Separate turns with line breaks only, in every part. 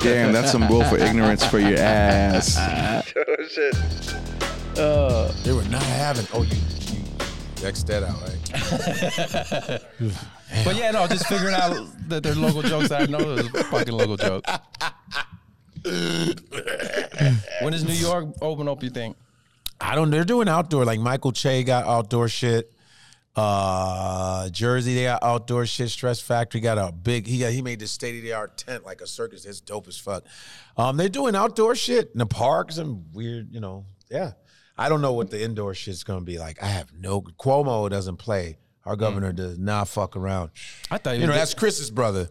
Damn, that's some willful ignorance for your ass.
oh shit.
They were not having. Oh, you, you X that out, right?
But yeah, no, just figuring out that they're local jokes that I know is fucking local joke. when does New York open up? You think?
I don't. They're doing outdoor. Like Michael Che got outdoor shit. Uh, Jersey, they got outdoor shit. Stress Factory got a big. He got, he made this state of the art tent like a circus. It's dope as fuck. Um, they're doing outdoor shit in the parks and weird. You know, yeah. I don't know what the indoor shit's gonna be like. I have no. Cuomo doesn't play. Our governor does not fuck around.
I thought
You know, that's Chris's brother.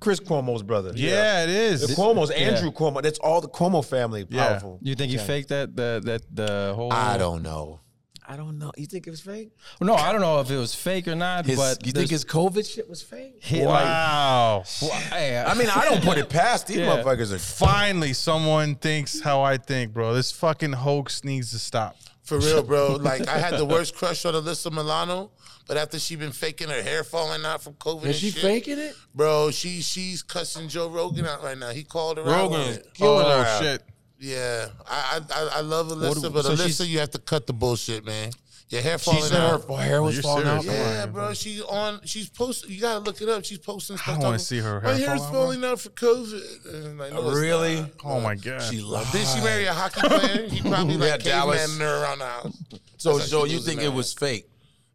Chris Cuomo's brother.
yeah, it is.
The Cuomo's Andrew Cuomo. That's all the Cuomo family.
Yeah.
Powerful.
You think he faked that? The that the whole.
I don't know. I don't know. You think it was fake?
No, I don't know if it was fake or not.
His,
but
you think his COVID shit was fake?
hit wow. I
I mean, I don't put it past these
Yeah.
motherfuckers. Are,
Finally, someone thinks how I think, bro. This fucking hoax needs to stop.
For real, bro. Like I had the worst crush on Alyssa Milano, but after she been faking her hair falling out from COVID, and shit,
it?
Bro, she she's cussing Joe Rogan out right now. He called her out. on
Rogan's
it.
killing
Oh,
her shit.
Yeah, I I- I, I love Alyssa,
What-
but
so she's-
Alyssa, you have to cut the bullshit, man. Your hair
She
falling
said
out.
her hair was
You're
falling out.
serious.
Yeah, bro. She's on. She's posting. You gotta look it up. She's posting stuff.
wanna
talking-
see her
My
hair
hair's
fall out,
falling out for COVID. And like, no, it's
Really?
not.
Oh my god.
She lied.
Did she marry a hockey player? He probably
Yeah,
like
Dallas.
caveman her around the house.
So,
That's how
so
she
you
loses
think
her
it
hair.
was fake?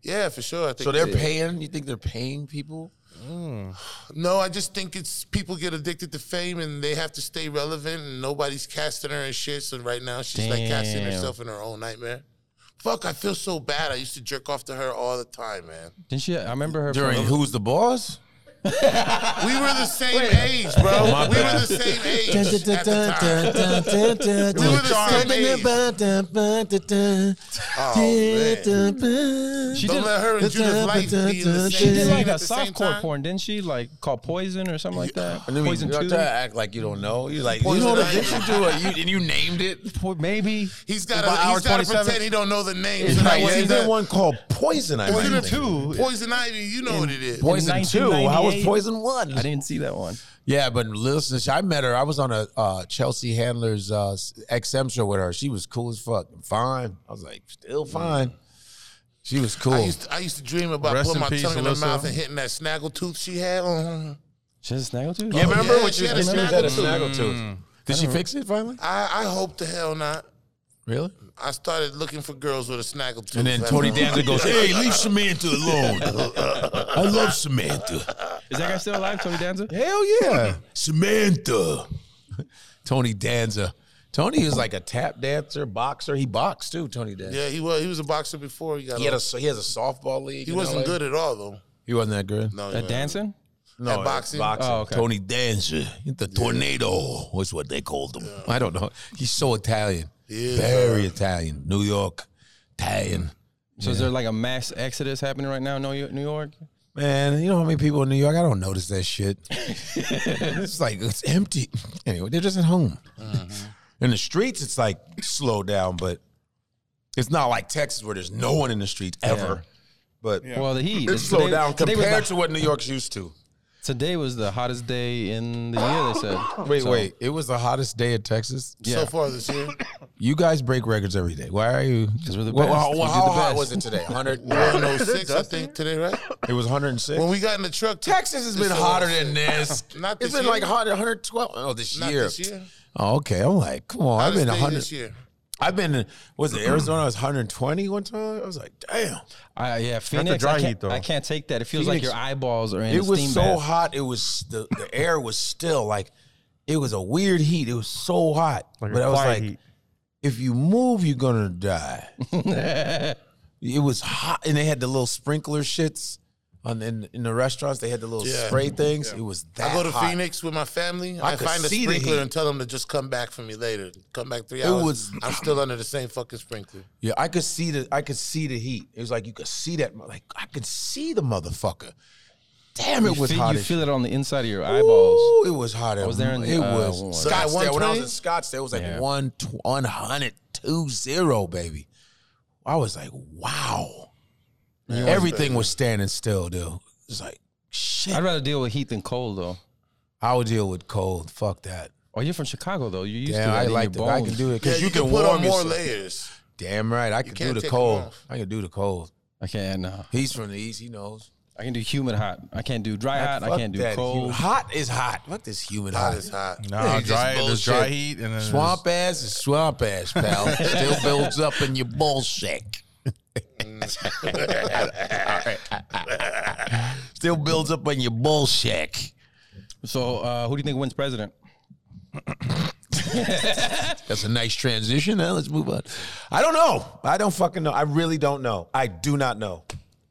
Yeah, for sure. I think
So they're
it is.
paying? You think they're paying people?
No, I just think it's people get addicted to fame and they have to stay relevant and nobody's casting her and shit. So right now she's like casting
Damn.
herself in her own nightmare. Fuck, I feel so bad. I used to jerk off to her all the time, man.
Didn't she? I remember her
During
from-
Who's the Boss?
We were the same age, bro.
Oh, My
we were
bad.
the same age
We
at the time.
Oh,
She
Oh, Don't
did.
let her and Judith Life be in the same
she did like
scene
a
at the same
softcore
time.
porn, didn't she? Like called Poison or something like that.
And then we-
Poison
you
Two.
try to act like you don't know. You're like, you
Poison
know the
Ivy.
bitch you do it, you, and you named it.
Po- Maybe.
He's got
By
to
hour
he's got to
27?
pretend he don't know the names.
It's
And I
like,
was
yeah,
in
that
that
one called Poison Ivy.
Poison
I think.
Two.
Poison Ivy, you know what it is.
Poison Two. How was
1998?
Poison One?
I didn't see that one.
Yeah, but listen, I met her. I was on a uh, Chelsea Handler's uh, XM show with her. She was cool as fuck, and fine. I was like, still fine. She was cool.
I used to, I used to dream about
Rest in
putting my
peace,
tongue in her
Alyssa.
mouth and hitting that snaggle tooth she had on.
She has a snaggle tooth.
yeah, remember
yeah,
when she
she had
was
a
she was at a
snaggle
snaggle tooth? Did she fix it finally?
I, I hope the hell not.
Really?
I started looking for girls with a snaggle tooth.
And then Tony Danza goes, "Hey, leave Samantha alone. I love Samantha.
Is that guy still alive, Tony Danza?
Hell yeah, Samantha." Tony Danza. Tony is like a tap dancer, boxer. He boxed too. Tony Danza.
Yeah, he was. He was a boxer before he got.
He
He,
had a he has a softball league.
he
in
wasn't
LA.
good at all though.
He wasn't that good.
No,
That dancing?
No,
At boxing?
boxing.
Oh, okay.
Tony Danza, the tornado was what they called him. I don't know. He's so Italian,
Yeah.
very Italian. New York, Italian.
So is there like a mass exodus happening right now in New York- New York?
Man, you know how many people in New York? I don't notice that shit. it's like it's empty. Anyway, they're just at home.
Uh-huh.
In the streets, it's like slow down, but it's not like Texas where there's no one in the streets ever. But
Well, the heat.
it's
Today-
slowed down
today was
compared
the-
to what New York's used to.
Today was the hottest day in the year. They said.
Wait,
So-
wait. It was the hottest day in Texas.
Yeah.
So far this year,
You guys break records every day. Why are you?
'Cause we're the
Well,
best.
How,
We
well,
do
how
the
hot
best.
was it today? 100.
one oh six, I think today, right?
it was 106.
When we got in the truck, to-
Texas has been
It's
hotter
all-
than this.
Not
it's
this
been
year.
like hot 112. Oh, this
not
year.
this year.
Oh, okay. I'm like, come on. I've
Hottest
been
day
100.
this year.
I've been. Was it Arizona? I was 120 one time. I was like, damn.
I, yeah, Phoenix.
dry
I, can't,
heat, though.
I can't take that. It feels like
Phoenix-
your eyeballs are in a
it was
steam
so
bath.
hot. It was the, the air was still like, it was a weird heat. It was so hot,
Like a
but I was
quiet
like,
heat.
if you move, you're gonna die. it was hot, and they had the little sprinkler shits on in, in the restaurants. They had the little
Yeah.
spray things. It was that.
I go to
hot.
Phoenix with my family.
I
I,
could
find a
see the
sprinkler
heat.
and tell them to just come back for me later. Come back three
It
hours.
was-
I'm still under the same fucking sprinkler.
Yeah, I could see the I could see the heat. It was like you could see that. Like I could see the motherfucker. Damn, it
You
was
feel,
hot.
You
as
feel it on the inside of your eyeballs.
Ooh, it was hot. I
was there in the-
it
uh, what
was
was
it?
Scottsdale. When I was
120?
in Scottsdale, it was like
Yeah.
one tw- 100, 2-0, baby. I was like, wow. Everything was standing still, dude. It's like shit.
I'd rather deal with heat than cold, though.
I would deal with cold. Fuck that.
Oh, you're from Chicago though. You used to
Damn,
that
I
in
like that.
your
I
bones.
can do it
Yeah,
because you, can,
put
warm
on more
yourself.
layers.
Damn right, I can do
can't
the
take 'em
cold.
off.
I can do the cold.
I can't. Uh,
He's from the east. He knows.
I can do humid hot. I can't do dry hot. I
Fuck
can't do
that.
cold.
Hot is hot. Fuck this human hot.
Hot is hot.
Nah,
You just
dry. There's dry
bullshit.
heat and then
Swamp ass is swamp ass, pal. Still builds up in your bullshit. Still builds up on your bullshit.
So, uh, who do you think wins president?
That's a nice transition. Huh? Let's move on. I don't know. I don't fucking know. I really don't know. I do not know.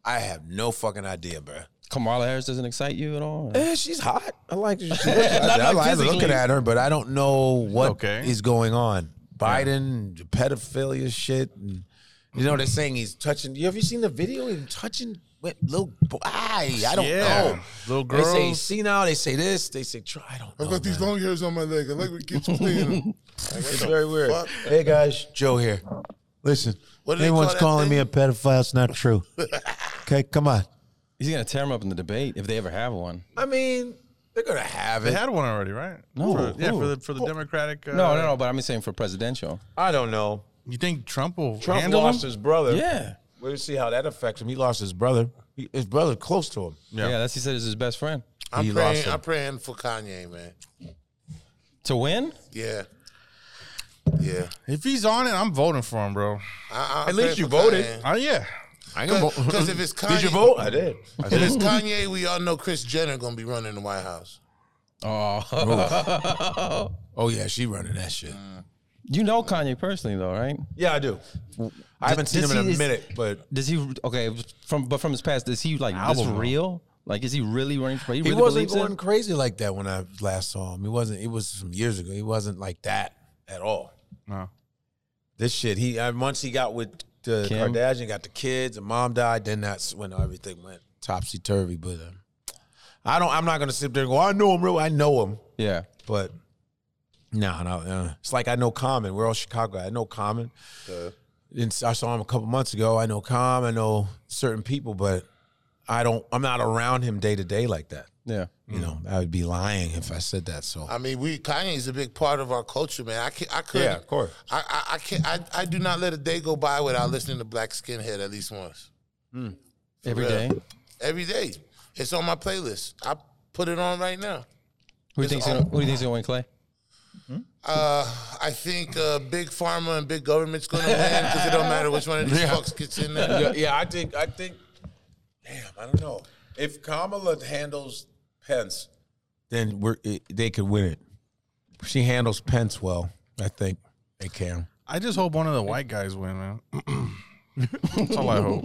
I have no fucking idea, bruh.
Kamala Harris doesn't excite you at all.
Eh, she's hot. I like her. She looks- I, I like
physically.
looking at her, but I don't know what is
Okay.
going on. Biden, the pedophilia shit. And, you know, they're saying he's touching. You ever seen the video? Him touching with little boy. I don't
Yeah.
know.
Little
They say
girls.
senile. They say this. They say try. I don't know.
I've got these long hairs on my leg. I like what keeps playing them.
It's very weird.
fuck?
Hey guys, Joe here. Listen,
What do they
anyone's
call that
calling
thing?
me a pedophile, it's not true. okay, come on.
He's gonna tear him up in the debate if they ever have one.
I mean, they're gonna have
They
it.
had one already, right?
No,
For- yeah,
who?
for the for the Democratic. Uh,
No, no, no. But I'm saying for presidential.
I don't know.
You think Trump will
Trump
handle
lost
him?
his brother.
Yeah.
We'll see how that affects him. He lost his brother. He- his brother close to him.
yeah, That's he said is his best friend
I'm
He lost
praying.
him.
I'm praying for Kanye, man.
to win.
Yeah, yeah.
If he's on it, I'm voting for him, bro.
I, I,
At least you voted.
Oh yeah.
Because if it's Kanye,
Did you vote? I did.
If it's Kanye, we all know Chris Jenner gonna be running the White House.
Oh,
Oh yeah, she running that shit.
you know Kanye personally though, right?
Yeah, I do. I haven't seen
does
him in
he-
a
is-
minute, but
Does he okay from but from his past? Is he like this
Album, though.
real? Like, is he really running for? He,
he
really
wasn't
believes it?
going crazy like that when I last saw him. He wasn't. It was some years ago. He wasn't like that at all.
No.
this shit. He I, once he got with the
Kim?
Kardashian, got the kids, and mom died. Then that's when everything went topsy turvy. But um, I don't. I'm not gonna sit there and go. I know him real. I know him,
Yeah.
but no, no. Uh, it's like I know Common. We're all Chicago. I know Common. And s- I saw him a couple months ago. I know Com. I know certain people, but I don't. I'm not around him day to day like that.
Yeah.
You know, I would be lying if Mm. I said that. So
I mean, we Kanye's a big part of our culture, man. I can, I could,
Yeah, of course.
I, I, I can, I, I do not let a day go by without listening to Black Skinhead at least once
Every day.
real. every day. It's on my playlist. I put it on right now.
Who do you think's gonna, who do you think's gonna win Clay?
Uh, I think uh, big pharma and big government's gonna win because it don't matter which one of these fucks gets in there.
yeah, yeah, I think I think. Damn, I don't know if Kamala handles Pence, then we're it, they could win it. If She handles Pence well. I think they can.
I just hope one of the white guys win, man. That's all I hope.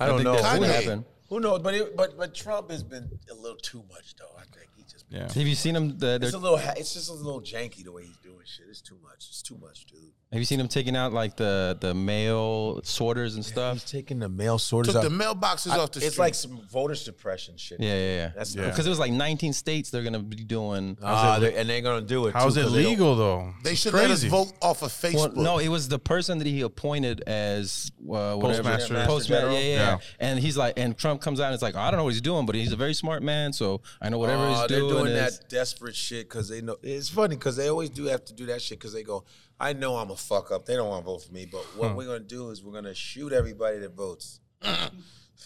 I don't
think that's
know.
Kanye.
what happened.
Who knows? But it, but but Trump has been a little too much though. I think he just
Yeah.
Have you seen him? The,
it's
they're-
a little ha- it's just a little janky the way he's doing shit. It's too much. It's too much, dude.
have you seen him taking out like the the mail sorters and
He's
stuff?
taking the mail sorters
Took
out.
the mailboxes off the
it's
street.
like some voter suppression shit.
Yeah, yeah, yeah.
That's
because it was like 19 states they're gonna be doing.
Ah, they- and they're gonna do it.
How's
too,
it
'cause they don't-
legal though?
they
It's
should
crazy.
let us vote off of
Well,
Facebook.
no, it was the person that he appointed as uh, whatever,
Postmaster.
Postmaster, yeah, yeah, yeah.
Yeah.
And he's like, and Trump comes out and it's like, I don't know what he's doing, but he's a very smart man, so I know whatever
Oh,
he's
they're
doing.
doing
is,
that desperate shit because they know it's funny because they always do have to do that shit because they go, I know I'm a fuck up. They don't want to vote for me, but what we're gonna do is we're gonna shoot everybody that votes.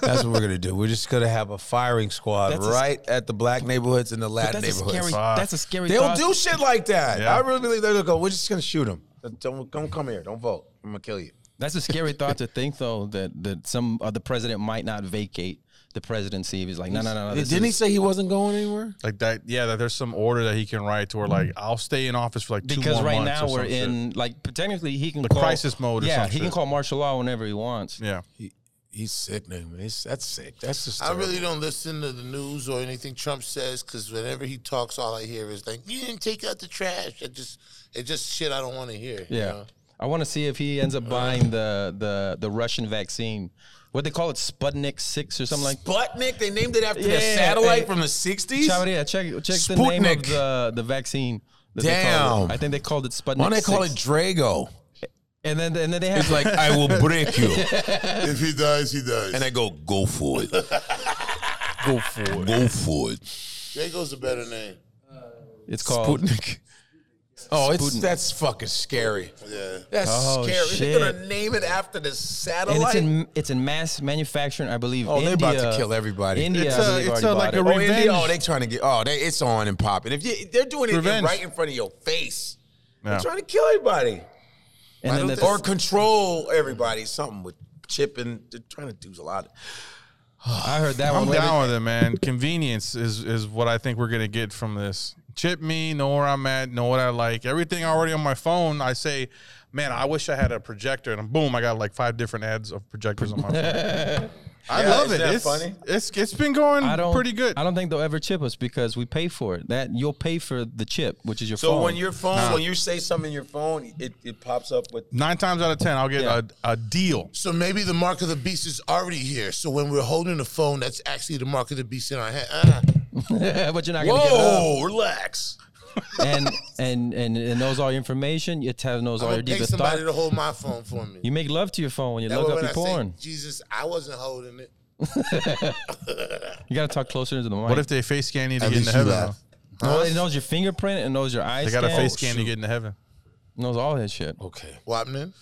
That's what we're gonna do. We're just gonna have a firing squad
That's a-
right at the black neighborhoods and the Latin
That's a
neighborhoods.
scary.
Fuck.
That's a scary.
They'll
thought.
do shit like that.
Yeah.
I really believe they're gonna go. We're just gonna shoot them. Don't don't come here. Don't vote. I'm gonna kill you.
That's a scary thought to think, though, that that some uh, the president might not vacate the presidency. If he's like, no, no, no, no. this
Didn't he
is-
say he wasn't going anywhere?
Like that, yeah. That there's some order that he can write to where, like, I'll stay in office for like two
Because
more
right
months
now
or
we're
some shit.
in like technically he can
The
call,
crisis mode or
Yeah,
some
he can
shit.
call martial law whenever he wants.
Yeah,
He's sick, man. He's- That's sick. That's just.
I
terrible.
really don't listen to the news or anything Trump says because whenever he talks, all I hear is like, "You didn't take out the trash." I just, it's just shit I don't want to hear. you
Yeah.
know?
I want to see if he ends up buying the the the Russian vaccine. What they call it, Sputnik Six or something like.
Sputnik. They named it after
Yeah,
the satellite
hey.
from the '60s.
Chavez, yeah, check check the name of
Sputnik.
the the vaccine. that they call it.
Damn.
I think they called it Sputnik.
Why don't they call it
6.
Drago?
And then and then they have
It's like I will break you,
If he dies, he dies.
and I go go for it, go for it, go for it.
Draco's a better name.
It's called
Sputnik.
Oh, it's that's fucking scary.
Yeah.
That's
Oh,
scary.
shit.
They're gonna name it after the satellite.
and it's in it's in mass manufacturing. I believe.
Oh, they're
India,
about to kill everybody.
India,
It's
it's
a- it's
it's
a- like
like
a
it.
oh, India,
Revenge.
oh, they trying to get. Oh, they, it's on and popping. If you, they're doing it
Revenge.
right in front of your face,
Yeah.
they're trying to kill everybody
and then
or
the,
control everybody. Something with chipping. They're trying to do a lot.
I heard that
I'm
one.
down with it, man. Convenience is is what I think we're gonna get from this. Chip me, know where I'm at, know what I like. Everything already on my phone. I say, man, I wish I had a projector, and boom, I got like five different ads of projectors on my phone. I
Yeah,
love
is
it.
that
It's,
funny?
it's it's been going
I don't
pretty good.
I don't think they'll ever chip us because we pay for it. That you'll pay for the chip, which is your
So
phone.
when your phone, when you say something in your phone, it, it pops up with.
Nine times out of ten, I'll get
Yeah.
a, a deal.
So maybe the mark of the beast is already here. So when we're holding the phone, that's actually the mark of the beast in our hand. Ah.
but you're not gonna get it up.
relax.
and and and it knows all your information. It has knows all
I'm
your
gonna pay
deepest
somebody
thoughts.
to hold my phone for me.
You make love to your phone when you
That
look
way
up
when
your
I
porn.
Say, Jesus, I wasn't holding it.
you gotta talk closer into the mic.
What if they face scan you to
At
get
least
into
you
heaven?
laugh.
though?
no, it knows your fingerprint. It knows your eye
They
scan.
got a face scan
It
to get into heaven.
knows all that shit.
Okay.
Wapman?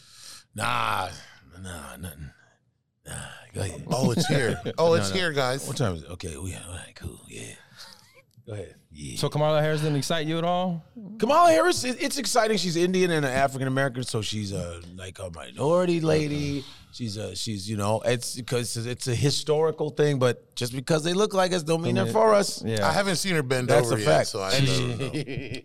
Nah, nah, nothing. Nah, go ahead.
Oh, it's here. Oh, it's here, guys.
What time is it? Okay, we all right, cool, yeah. Go ahead. Yeah.
So Kamala Harris didn't excite you at all?
Kamala Harris, it- it's exciting. She's Indian and an African American, so she's a like a minority lady. She's a she's you know it's because it's a historical thing, but just because they look like us don't mean they're for us.
Yeah.
I haven't seen her bend
That's
over
a
yet,
fact.
so I
And
don't know.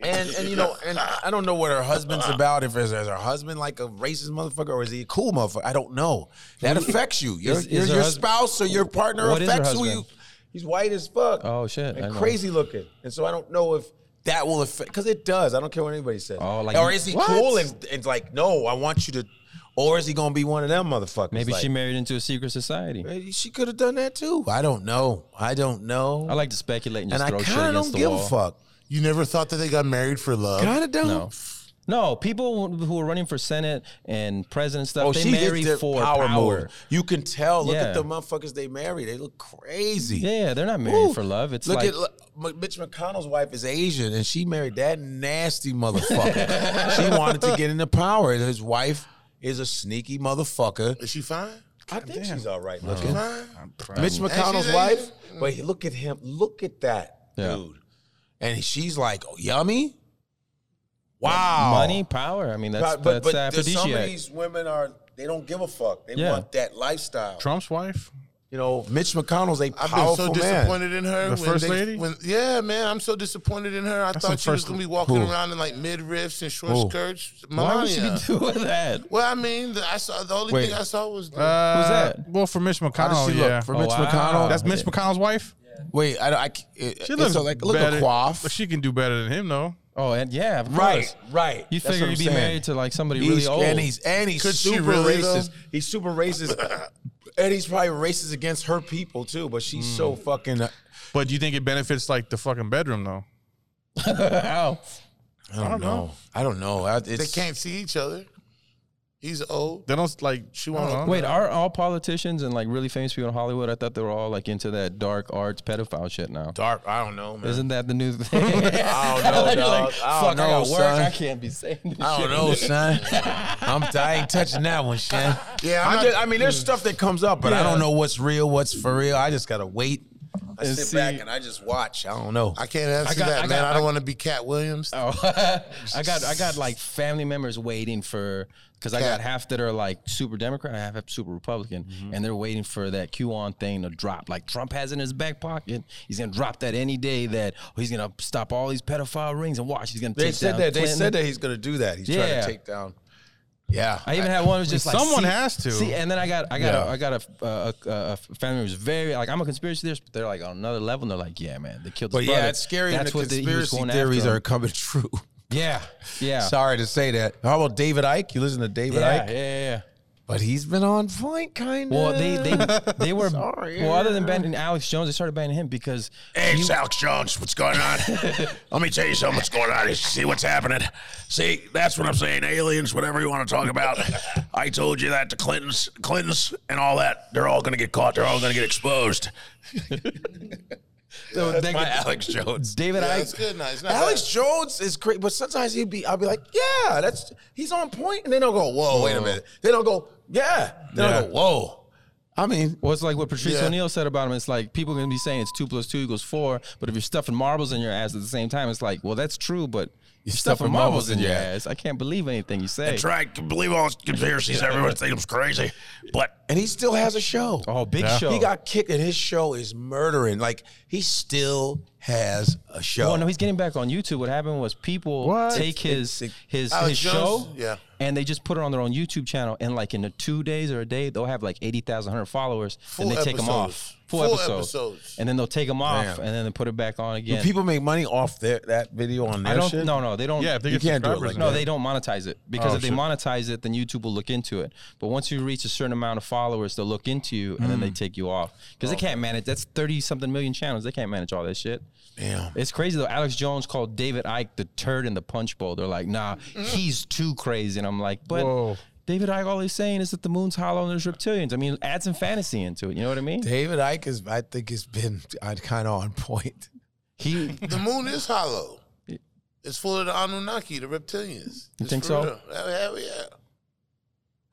And and you know and I don't know what her husband's about. If is, is her husband like a racist motherfucker or is he a cool motherfucker? I don't know. That affects you. Your
Is- is
your,
her
your
hus-
spouse or your partner
What is her
affects who you.
husband?
He's white as fuck.
Oh, shit, I
And
know.
crazy looking. And so I don't know if that will affect because it does. I don't care what anybody says.
Oh, like
or
you-
is he
What?
cool and, and like no, I want you to, or is he gonna be one of them motherfuckers?
Maybe
Like,
she married into a secret society.
maybe she could have done that too. I don't know. I don't know.
I like to speculate and
and
just
I
throw shit
kind of don't
against the
give
wall.
a fuck.
You never thought that they got married for love?
Kind of don't.
No. No, people who are running for senate and president and stuff,
Oh,
they
she
marry
married the
for
power,
power.
move. You can tell. Look
Yeah.
at the motherfuckers they marry. They look crazy.
Yeah, they're not married
Ooh.
for love. It's
Look
like
at look, M- Mitch McConnell's wife is Asian, and she married that nasty motherfucker. she wanted to get into power, and his wife is a sneaky motherfucker.
Is she fine?
I think she's all right looking.
Fine.
Mitch McConnell's
Asian?
wife, but he- look at him. Look at that
Yeah.
dude, and she's like "Oh, yummy. Wow,
money, power. I mean, that's
oh. But but,
that's
but there's some of
aphrodisiac.
these women are they don't give a fuck. They
Yeah.
want that lifestyle.
Trump's wife.
You know, Mitch McConnell's a
I've
powerful
been so
man.
disappointed in her.
The first lady?
When, yeah, man, I'm so disappointed in her. I
some
thought she was
first-
gonna be walking
Who?
around in like midriffs and short
Who?
skirts.
Why would she
Melania.
be doing that?
Well, I mean, the, I saw the only
Wait.
thing I saw was the,
Uh,
that?
Well, for Mitch
How does
McConnell,
she
yeah.
look? For
Oh,
Mitch
wow.
McConnell?
That's Mitch McConnell's wife.
Wait, I, don't- I c- it-
She
it's
looks
a, like look
better.
a quaff.
She can do better than him, though.
Oh, and yeah, of course.
Right, right.
You
That's
figure
what
you'd be
I'm saying.
married to like somebody
He's-
really old.
And he's and he's
Could she
super
really, though?
racist. He's super racist. and he's probably racist against her people too. But she's so
Hmm.
fucking. I
But do you think it benefits like the fucking bedroom though?
Ow.
don't, know. I don't know. I, it's,
they can't see each other. He's old.
They don't like she
won't
won't.
Wait, are all politicians and like really famous people in Hollywood? I thought they were all like into that dark arts pedophile shit now.
dark. I don't know, man.
Isn't that the new thing? I don't know,
dog. I don't
Fuck, I
know,
got work.
son."
I can't be saying this
I
shit.
don't know, son. I'm, I ain't touching that one, son.
Yeah, I'm
I'm
not-
just, I mean,
Mm.
there's stuff that comes up, but I don't know what's real, what's for real. I just gotta wait. I
And
sit
see-
back and I just watch. I don't know.
I can't answer
I got-
that,
I
man.
got-
I don't want to be Cat Williams.
Oh, I got I got like family members waiting for because I got half that are like super Democrat, I have super Republican,
Mm-hmm.
and they're waiting for that QAnon thing to drop. Like Trump has in his back pocket, he's gonna drop that any day. That oh, he's gonna stop all these pedophile rings and watch. He's gonna
They
take
said
down
that. They
Clinton.
said that he's gonna do that. He's trying
Yeah.
to take down. Yeah.
I even had one who was just like
Someone
see-
has to.
see. And then I got I got a,
Yeah.
I got a, a, a, a family who's very like I'm a conspiracy theorist, but they're like on another level. And they're like, yeah, man, they killed. His
but yeah,
brother.
it's scary
That's
when
what
the
the- he was
conspiracy
going
theories
after
are
him.
coming true.
Yeah, yeah,
Sorry to say that. How about David Ike? You listen to David
yeah,
Ike?
yeah, yeah.
But he's been on point, kind of.
Well, they they they were
Sorry.
well. Other than banning Alex Jones, they started banning him because
Hey, it's Alex Jones. What's going on? Let me tell you something. What's going on? here. See what's happening. See, that's what I'm saying. Aliens, whatever you want to talk about. I told you that the Clintons, Clintons, and all that. They're all going to get caught. They're all going to get exposed.
So uh, that-
My Alex Jones.
David
Yeah,
Ike.
it's good. Nah, it's not
Alex
bad.
Jones is great, but sometimes he'd be. I'll be like, yeah, that's he's on point, and then I'll go, whoa, wait a minute. Then I'll go, yeah. Then I'll go, whoa. I mean,
Well, it's like what Patrice
Yeah.
O'Neill said about him. It's like people are gonna be saying it's two plus two equals four, but if you're stuffing marbles in your ass at the same time, it's like, well, that's true, but you're stuffing, marbles in your ass. I can't believe anything you say.
Try to believe all these conspiracies. Everyone thinks I'm crazy, but
and he still has a show.
Oh, big show.
He got kicked, and his show is murdering. Like he still has a show.
Oh no, he's getting back on YouTube. What happened was people take his his
Alex
his
Jones?
show,
Yeah.
and they just put it on their own YouTube channel. And like in the two days or a day, they'll have like 80,000, 100 followers.
Full
then they take them
episodes.
off. Full,
Full
episodes.
episodes.
And then they'll take them off, and then they put it back on
Do
again.
people make money off their, that video on their
I don't.
shit?
No, no, they don't.
Yeah, if they
You
get
can't do it
subscribers,
like
No,
man.
they don't monetize it because
Oh,
if they
shit.
monetize it, then YouTube will look into it. But once you reach a certain amount of followers, they'll look into you and then they
Mm.
take you off because
Oh.
they can't manage. That's thirty something million channels. They can't manage all that shit.
Damn.
It's crazy though. Alex Jones called David Icke the turd in the punch bowl. They're like, nah, he's too crazy. And I'm like, but.
Mm. Whoa.
David Icke, all he's saying is that the moon's hollow and there's reptilians. I mean, add some fantasy into it. You know what I mean?
David Icke is, I think, has been kind of on point.
He,
The moon is hollow. It's full of the Anunnaki, the reptilians. You
think so?
Hell, hell yeah.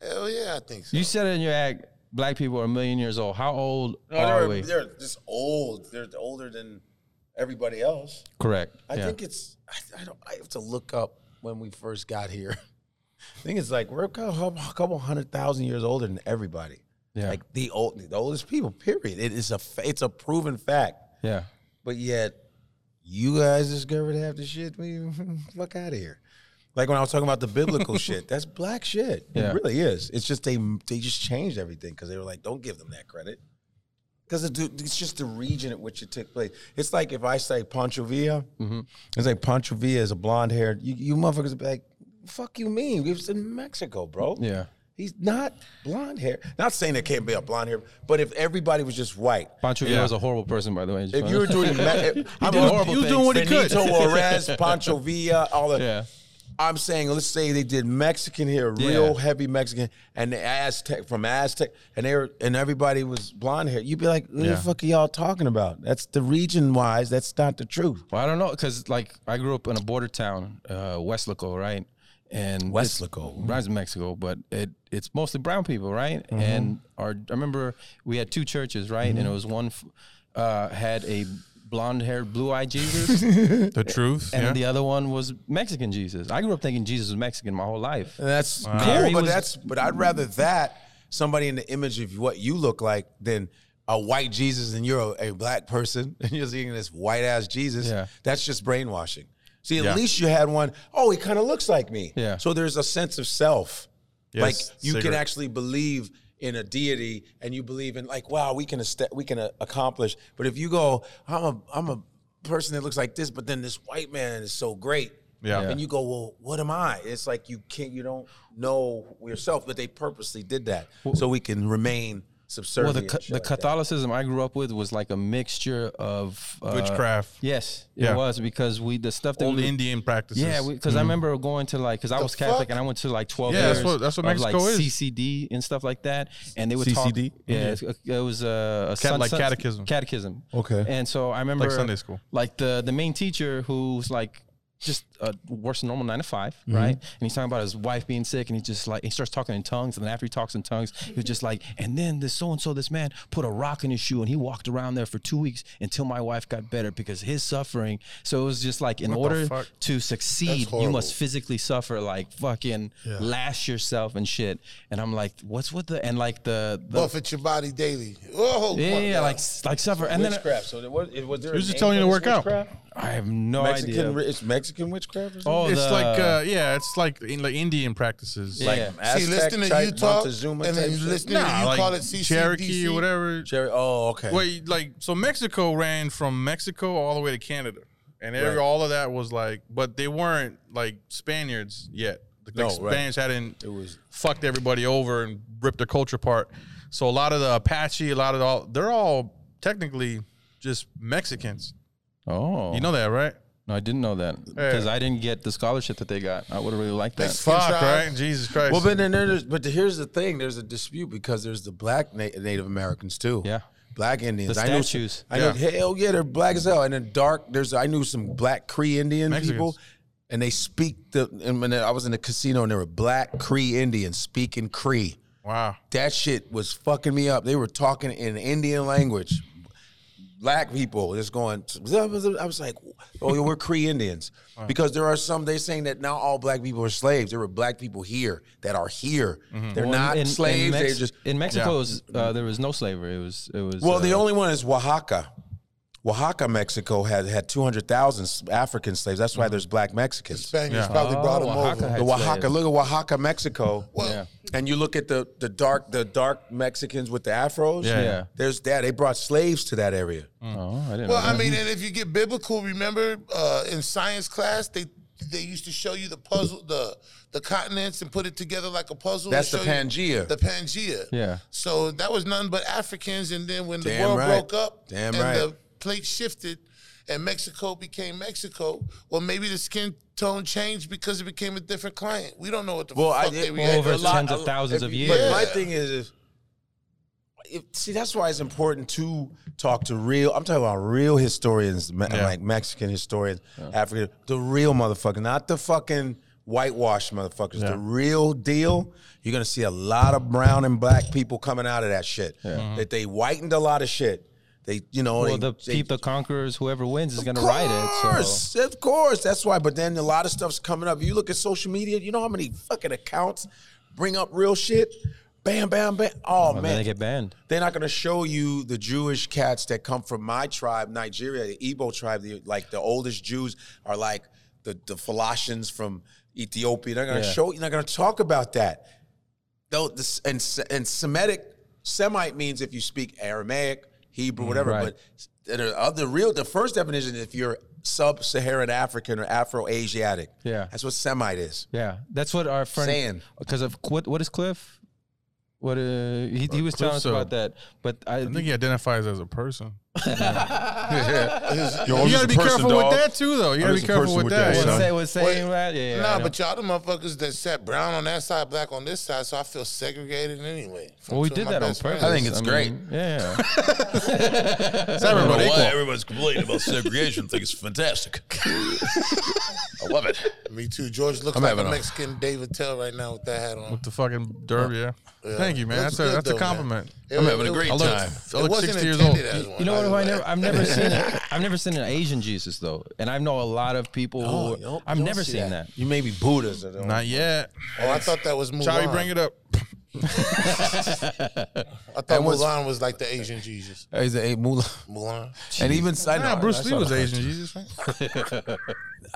Hell yeah, I think so.
you said it in your act. Black people are a million years old. How old are we?
they're just old. They're older than everybody else.
Correct.
I
Yeah.
think it's. I, I don't. I have to look up when we first got here. I think it's like we're a couple, a couple hundred thousand years older than everybody.
Yeah.
Like the old, the oldest people. Period. It is a. fa- It's a proven fact.
yeah.
But yet, you guys discovered half the shit. We fuck out of here. Like when I was talking about the biblical shit, that's black shit.
Yeah.
It really is. It's just they they just changed everything because they were like, don't give them that credit. Because it's just the region at which it took place. It's like if I say Pancho Villa,
Mm-hmm.
it's like Pancho Villa is a blonde haired, you, you motherfuckers be like, fuck you mean? He was in Mexico, bro.
Yeah.
He's not blonde hair. Not saying there can't be a blonde hair, but if everybody was just white,
Pancho Villa was a horrible person, by the way.
if you were doing, ma- if, I'm
did horrible
you was
things.
doing what he could. Benito Juarez, Pancho Villa, all the.
Yeah.
I'm saying, let's say they did Mexican here,
Yeah.
real heavy Mexican, and the Aztec from Aztec, and they were, and everybody was blonde hair. You'd be like, what the fuck are y'all talking about? That's the region wise. That's not the truth.
well, I don't know, cause like I grew up in a border town, uh, Westlaco, right? And
Westlaco.
rhymes with Mexico, but it it's mostly brown people, right? And our I remember we had two churches, right? And it was one f- uh, had a blonde-haired, blue-eyed Jesus, and
The truth. Yeah.
the other one was Mexican Jesus. I grew up thinking Jesus was Mexican my whole life.
And that's
Mary
cool, but
was-
that's but I'd rather that somebody in the image of what you look like than a white Jesus and you're a, a black person and you're seeing this white ass Jesus.
Yeah.
That's just brainwashing. See, at least you had one, oh, he kind of looks like me.
Yeah.
So there's a sense of self. like
Yes,
you can
cigarette.
actually believe in a deity and you believe in like, wow, we can est- we can uh, accomplish. But if you go, I'm a I'm a person that looks like this, but then this white man is so great.
Yeah.
And you go, well, what am I? It's like you can't, you don't know yourself, but they purposely did that so we can remain subservient.
Well, the
and
ca-
shit
the
like that.
Catholicism I grew up with was like a mixture of uh,
Witchcraft.
Yes, it
Yeah.
was because we the stuff that
Old
we,
Indian practices.
Yeah, because I remember going to like because I was Catholic
fuck?
and I went to like twelve.
Yeah,
years
that's what- that's what
of,
Mexico
like,
is.
CCD and stuff like that, and they would
CCD?
talk. Yeah, it's- it was uh, a
Cat-
sun-
like
sun-
catechism.
Catechism.
Okay.
And so I remember
Sunday school.
Like the the main teacher who's like just uh, worse than normal nine to 5
Mm-hmm.
right? And he's talking about his wife being sick, and he just like he starts talking in tongues, and then after he talks in tongues, he was just like, and then this so and so, this man put a rock in his shoe, and he walked around there for two weeks until my wife got better because his suffering. So it was just like in order
fuck?
to succeed, you must physically suffer, like fucking lash yourself and shit. And I'm like, what's with the and like the, the
Buffet your body daily. Oh,
yeah,
my
yeah,
God.
like like suffer, and then
witchcraft. So there was, it- was there
He was
a
just
name
telling you
for
to
this
work out.
witchcraft?
I have no idea.
Mexican, it's Mexican witchcraft. Or something?
oh,
It's
the-
like uh, yeah, it's like in, like Indian practices.
Yeah.
Like
See, listen to
type,
you talk, and
Montezuma
then
type
you
shit?
listen to
nah,
you
like
call it CCDC.
Cherokee or whatever.
Jerry, oh, okay.
Wait, like so Mexico ran from Mexico all the way to Canada, and every
Right.
all of that was like, but they weren't like Spaniards yet. The
No,
like,
right.
Spaniards hadn't
It was-
fucked everybody over and ripped their culture apart. So a lot of the Apache, a lot of the, all they're all technically just Mexicans.
oh,
You know that, right?
no, I didn't know that because I didn't get the scholarship that they got. I would have really liked that.
That's-
Fuck,
Inside.
right? Jesus Christ.
Well, but then there's but here's the thing: there's a dispute because there's the black na- Native Americans too.
Yeah.
Black Indians.
The
I knew
statues.
I know. Hell yeah, they're black as hell. And then dark. There's I knew some black Cree Indian
Mexicans.
people, and they speak the. And when I was in the casino, and there were black Cree Indians speaking Cree.
Wow.
That shit was fucking me up. They were talking in Indian language. Black people just going. I was like, "Oh, we're Cree Indians," because there are some. They're saying that now all black people are slaves. There were black people here that are here. They're
Mm-hmm. Well,
not
in- in
slaves.
Mex-
they're just
in Mexico.
Yeah.
it was, uh, there was no slavery. It was it was.
Well,
uh,
the only one is Oaxaca. Oaxaca, Mexico had had 200,000 African slaves. That's
Mm-hmm.
why there's black Mexicans. The
Spaniards probably
Oh,
brought them
Oaxaca
over.
had
Oaxaca,
slaves.
look at Oaxaca, Mexico.
Well,
And you look at the the dark the dark Mexicans with the afros.
Yeah.
Yeah.
There's that. They brought slaves to that area.
Oh, I didn't.
Well,
know
I
that.
mean, and if you get biblical, remember uh, in science class they they used to show you the puzzle, the the continents, and put it together like a puzzle.
That's the
and show you
Pangea.
The Pangea.
Yeah.
So that was nothing but Africans, and then when the
Damn
world
right.
broke up
Damn
and
right.
the plate shifted, and Mexico became Mexico, well, maybe the skin tone changed because it became a different client. We don't know what the
Well, I
fuck they
did-
react-
over
a lot-
tens of
a-
thousands
if-
of years.
But my thing is, if, if, see, that's why it's important to talk to real. I'm talking about real historians, me-
Yeah.
like Mexican historians, African, the real motherfucker, not the fucking whitewashed motherfuckers. The real deal. You're gonna see a lot of brown and black people coming out of that shit. That they whitened a lot of shit. They, you know,
well,
they,
the
they-
people, the conquerors, whoever wins is going to
of
write it. So.
course, of course. That's why. But then a lot of stuff's coming up. You look at social media. You know how many fucking accounts bring up real shit. Bam, bam, bam. Oh
Well, then
man,
they get banned.
they're not gonna show you the Jewish cats that come from my tribe, Nigeria, the Igbo tribe. The, like the oldest Jews are like the the Falashians from Ethiopia. They're gonna
Yeah.
show. You're not gonna talk about that. Though this and Se- and Semitic Semite means if you speak Aramaic, Hebrew, whatever.
Mm, right.
But the other real the first definition is if you're sub-Saharan African or Afro-Asiatic.
Yeah.
that's what Semite is.
Yeah, that's what our friend
Saying.
because of what what is Cliff? What uh, he, he was telling us
Cliff's a-
about that, but I,
I think he identifies as a person.
Yo, I'm
You
just
gotta
a
be
person,
careful
dog.
with that too, though. You gotta be
just a
careful
person
with
with that,
that. you
was
son.
know?
say was saying that. Yeah,
Nah,
I
but y'all the motherfuckers that sat brown on that side, black on this side, so I feel segregated anyway.
Well, we
Two of
did
my
that on
best
purpose.
friends.
think it's great.
Yeah.
It's everybody
why
equal.
everyone's complaining about segregation. I think it's fantastic. I love it.
Me too. George looks
I'm
like
having
a
a-
Mexican David Tell right now with that hat on.
With the fucking derb, yeah.
Yeah.
Thank you, man.
Looks
That's a
good,
that's
though,
a
man.
compliment.
It-
I'm having a
it-
great
it
time.
I
I
It
look
wasn't
60 years old.
intended as one.
You know
I
what? I never,
like-
I've never seen it. I've never seen an Asian Jesus though, and I know a lot of people
Oh,
who
you don't-
I've
you don't
never
see
seen that.
You may be Buddhas. Or the-
Not yet.
Oh, I thought that was Mulan.
Chavi, bring it up.
I thought
what's-
Mulan was like the Asian Jesus.
Is it a Mulan?
Mulan.
And even I know
Nah,
I
Bruce Lee
saw
was
the-
Asian. Jesus, man.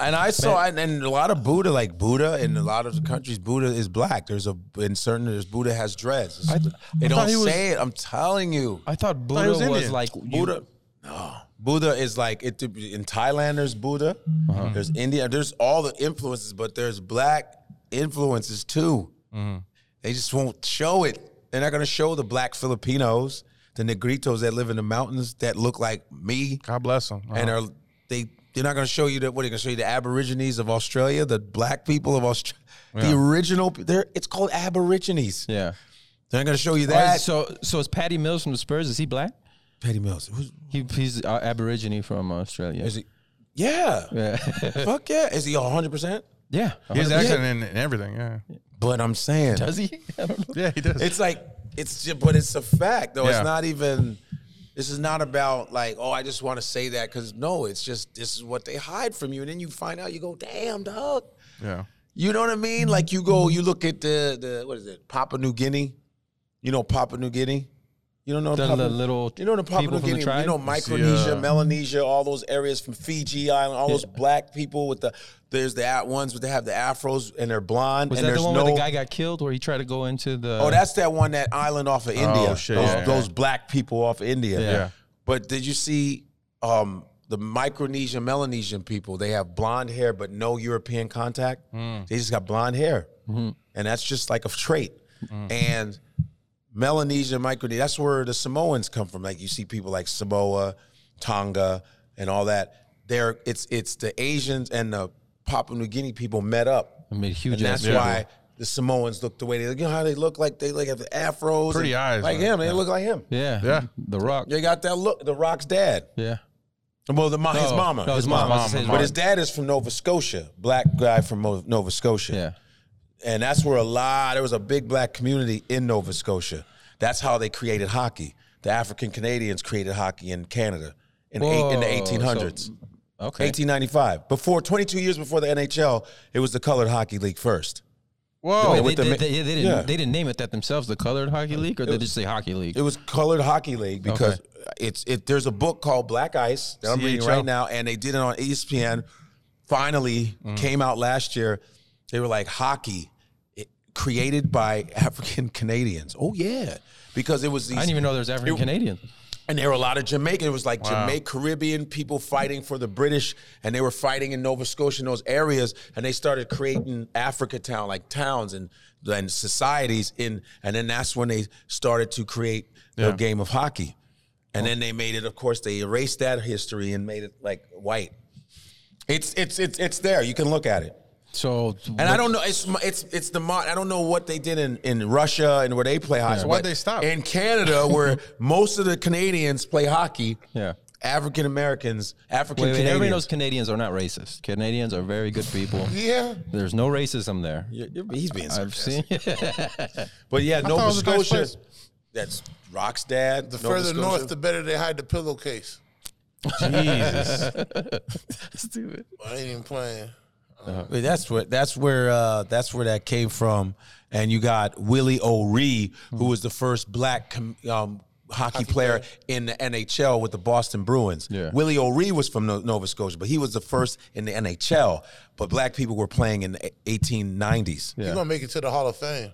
And I saw, and, and a lot of Buddha, like Buddha, in a lot of the countries, Buddha is black. There's a in certain, there's Buddha has dreads.
I th-
they
I thought
don't
he was-
say it. I'm telling you,
I thought
he
Buddha
was
was,
Indian.
like
Buddha. No, Buddha is like it. In Thailand, there's Buddha.
Uh-huh.
There's India. There's all the influences, but there's black influences too.
Mm-hmm.
They just won't show it. They're not gonna show the black Filipinos, the Negritos that live in the mountains that look like me
God bless him.
and
Uh-huh.
are they they're not going to show you that what they're going to show you the aborigines of australia the black people of australia the original they're, it's called aborigines
yeah.
they're not going to show you
All right,
that
so so is Patty Mills from the Spurs? Is he black?
Patty mills who's,
He, he's uh, Aborigine from Australia.
is he yeah, fuck yeah is he 100%
yeah.
his
100%.
accent and, and everything. Yeah,
but i'm saying
Does he? I don't know.
yeah, he does.
it's like it's just, but it's a fact though
Yeah.
it's not even this is not about like oh i just want to say that because no it's just this is what they hide from you and then you find out you go damn dog
yeah.
You know what I mean? Like you go, you look at the the what is it? Papua New Guinea. You know Papua New Guinea. You don't know
The- the
Papua,
little
You know the Papua
people
New
from the
Guinea.
tribe?
you know Micronesia,
uh,
Melanesia, all those areas from Fiji Island, all those black people with the there's the at ones with they have the afros and they're blonde.
Was
and
that the
there's
one
no,
where the guy got killed, where he tried to go into the?
Oh, that's that one that island off of India.
Oh, shit,
Those,
yeah, yeah.
those black people off India.
Yeah.
But did you see um, the Micronesian, Melanesian people? They have blonde hair, but no European contact.
Hmm.
They just got blonde hair, and that's just like a trait.
Hmm.
And Melanesia, Micronesia, that's where the Samoans come from. Like you see people like Samoa, Tonga, and all that. They're it's it's the Asians and the Papua New Guinea people met up.
I mean, huge.
And that's
ass people.
why the Samoans look the way they look. You know how they look like they like have the afros,
Pretty
and-
eyes,
like
man.
him. They look like him.
Yeah.
Yeah.
The Rock.
They got that look. The Rock's dad.
Yeah.
Well, the, mo- his
No,
mama.
no,
his
his
mama.
mama. His
But
mama.
his dad is from Nova Scotia, black guy from Mo- Nova Scotia.
Yeah.
And that's where a lot, there was a big black community in Nova Scotia. That's how they created hockey. The African Canadians created hockey in Canada in, eight, in the
Whoa, so-
1800s.
Okay.
1895. Before 22 years before the NHL, it was the Colored Hockey League first.
Whoa.
Wait,
with the
they, they,
ma-
they- they didn't,
Yeah.
they didn't name it that themselves, the Colored Hockey League, or they just say Hockey League?
It was Colored Hockey League because it's it. There's a book called Black Ice that I'm reading
CHL.
right now, and they did it on E ESPN. Finally,
Mm.
came out last year. They were like hockey, it, created by African Canadians. Oh yeah, because it was these
I didn't even know there was African Canadian.
and there were a lot of Jamaican. It was like Jamaican Caribbean people fighting for the British, and they were fighting in Nova Scotia in those areas, and they started creating Africa town like towns and and societies in, and then that's when they started to create the
Yeah.
game of hockey, and then they made it. Of course, they erased that history and made it like white. It's it's it's it's there. You can look at it.
So,
And I don't know. It's it's it's the mod. I don't know what they did in, in Russia and where they play hockey.
why'd
but
they stop?
In Canada, where most of the Canadians play hockey,
Yeah.
African Americans, African
wait, wait, everybody knows
Canadians.
Canadians are not racist. Canadians are very good people.
Yeah.
There's no racism there.
You're- you're- He's being
I've
sarcastic.
seen.
But yeah,
thought it
Nova
was a nice
Scotia.
place.
that's Rock's dad.
The further north, the better they hide the pillowcase.
Jesus.
Stupid.
I ain't even playing.
Wait, that's where that's where uh, that's where that came from. And you got Willie O'Ree, who was the first black com- um, hockey, player, in the NHL with the Boston Bruins.
Yeah.
Willie O'Ree was from No- Nova Scotia, but he was the first in the NHL. But black people were playing in the 1890s.
You're gonna make it to the Hall of Fame.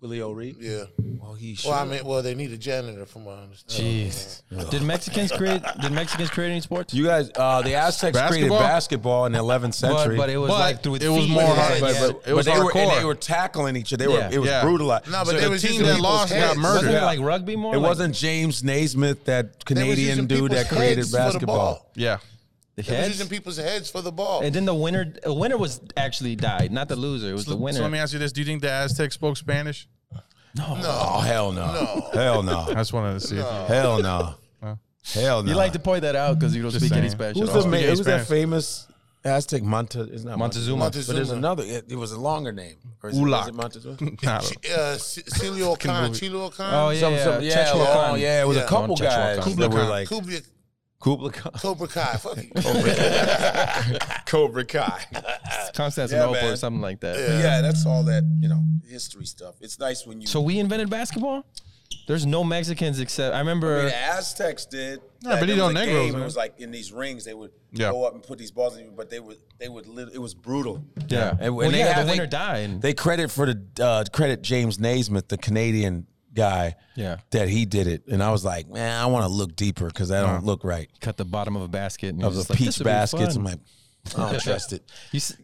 Willie O'Ree.
Yeah.
Well, he should.
Well, I mean, well, they need a janitor from what I understand.
Jeez. Did Mexicans create? Did Mexicans create any sports?
you guys, uh, the Aztecs created
Basketball?
basketball in the 11th
but,
century.
but it was
But
like through
it was more hard.
Yeah,
But,
yeah.
but it was
they were and
hardcore.
they were tackling each other. They were
Yeah.
it was
Yeah.
brutalized.
No, but
So
they
the
was
team
using
that
people's
lost got
heads.
murdered.
Wasn't
Yeah.
it like rugby more?
It
Like
wasn't James Naismith, that
They was
Canadian
using
dude
people's
that created
heads for the
basketball.
ball.
yeah.
the
They was
heads?
using people's heads for the ball.
And then the winner, the winner was actually died, not the loser. It was the winner.
So let me ask you this: Do you think the Aztecs spoke Spanish?
Oh hell no. Hell no.
I just wanted to see.
hell no. Hell no.
you like to point that out because you don't speak any
saying.
Spanish.
who's
at all.
the man,
Speak
who's that
Spanish.
famous Aztec Monta it's not
Montezuma.
But there's
Montezuma.
another it, it was a longer name. Or is
Ulak.
It, was it Montezuma?
Nah,
uh, C- Celio Khan, Chilo Khan,
Oh yeah,
Some-
yeah.
some- yeah,
Chechua
oh,
Khan.
yeah, it was
Yeah.
a couple
Chechua
guys
Khan.
that were
Khan.
like
Kubla,
Kubla Khan,
Cobra Kai. Fuck it.
Cobra Kai.
Constantinople
Yeah, man.
or something like that.
yeah, that's all that you know history stuff. It's nice when you.
So we invented basketball. There's no Mexicans except I remember.
I mean, the Aztecs did.
No,
Like,
but
there
he
was
don't
a
Negros,
game, It
man.
was like in these rings they would
Yeah.
go up and put these balls in, but they would they would lit, it was brutal.
Yeah.
and,
Well,
and they
yeah,
had-
the winner
they,
died.
They credit for the uh, credit James Naismith, the Canadian guy.
Yeah.
that he did it, and I was like, man, I want to look deeper because I
Uh-huh.
don't look right.
Cut the bottom of a basket. And
Of
was
the peach baskets, I'm like, I don't trust it.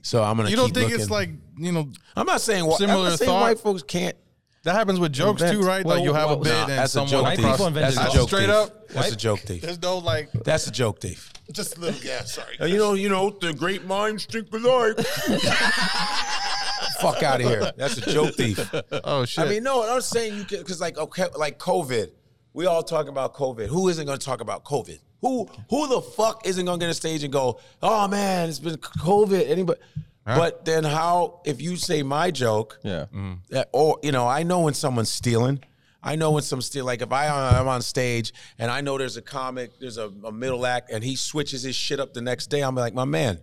So I'm gonna.
you don't
keep
think it's
looking.
like you know
I'm not saying wh- I'm
similar
not saying
thought?
white folks can't.
that happens with jokes
invent-
too, right?
Well,
like you have
well,
a bit
nah,
and
That's a
someone
joke
White
thief.
people invented
That's a
golf.
joke
Straight
thief.
up.
That's a
White-
joke thief.
There's no like.
That's a joke thief.
Just a little gas. Sorry.
Uh, You know, you know, the great minds think alike. Fuck out of here. That's a joke thief.
Oh shit.
I mean, no, I'm saying you can because like okay, like COVID. We all talking about COVID. Who isn't going to talk about COVID? Who who the fuck isn't going to get on stage and go, "Oh man, it's been COVID." Anybody? But then how if you say my joke?
Yeah.
that- Uh, or you know, I know when someone's stealing. I know when someone's stealing. Like if I uh, I'm on stage and I know there's a comic, there's a, a middle act, and he switches his shit up the next day, I'm like, my man,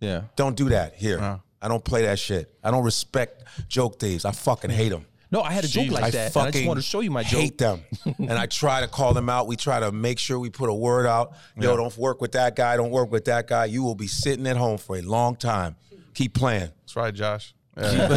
Yeah.
don't do that here.
Uh-huh.
I don't play that shit. I don't respect joke thieves. I fucking hate them.
No, I had a joke like
I
that. and
fucking
I just wanted to show you my joke.
hate them. and I try to call them out. We try to make sure we put a word out. Yo, don't work with that guy. Don't work with that guy. You will be sitting at home for a long time. Keep playing.
That's right, Josh. Yeah.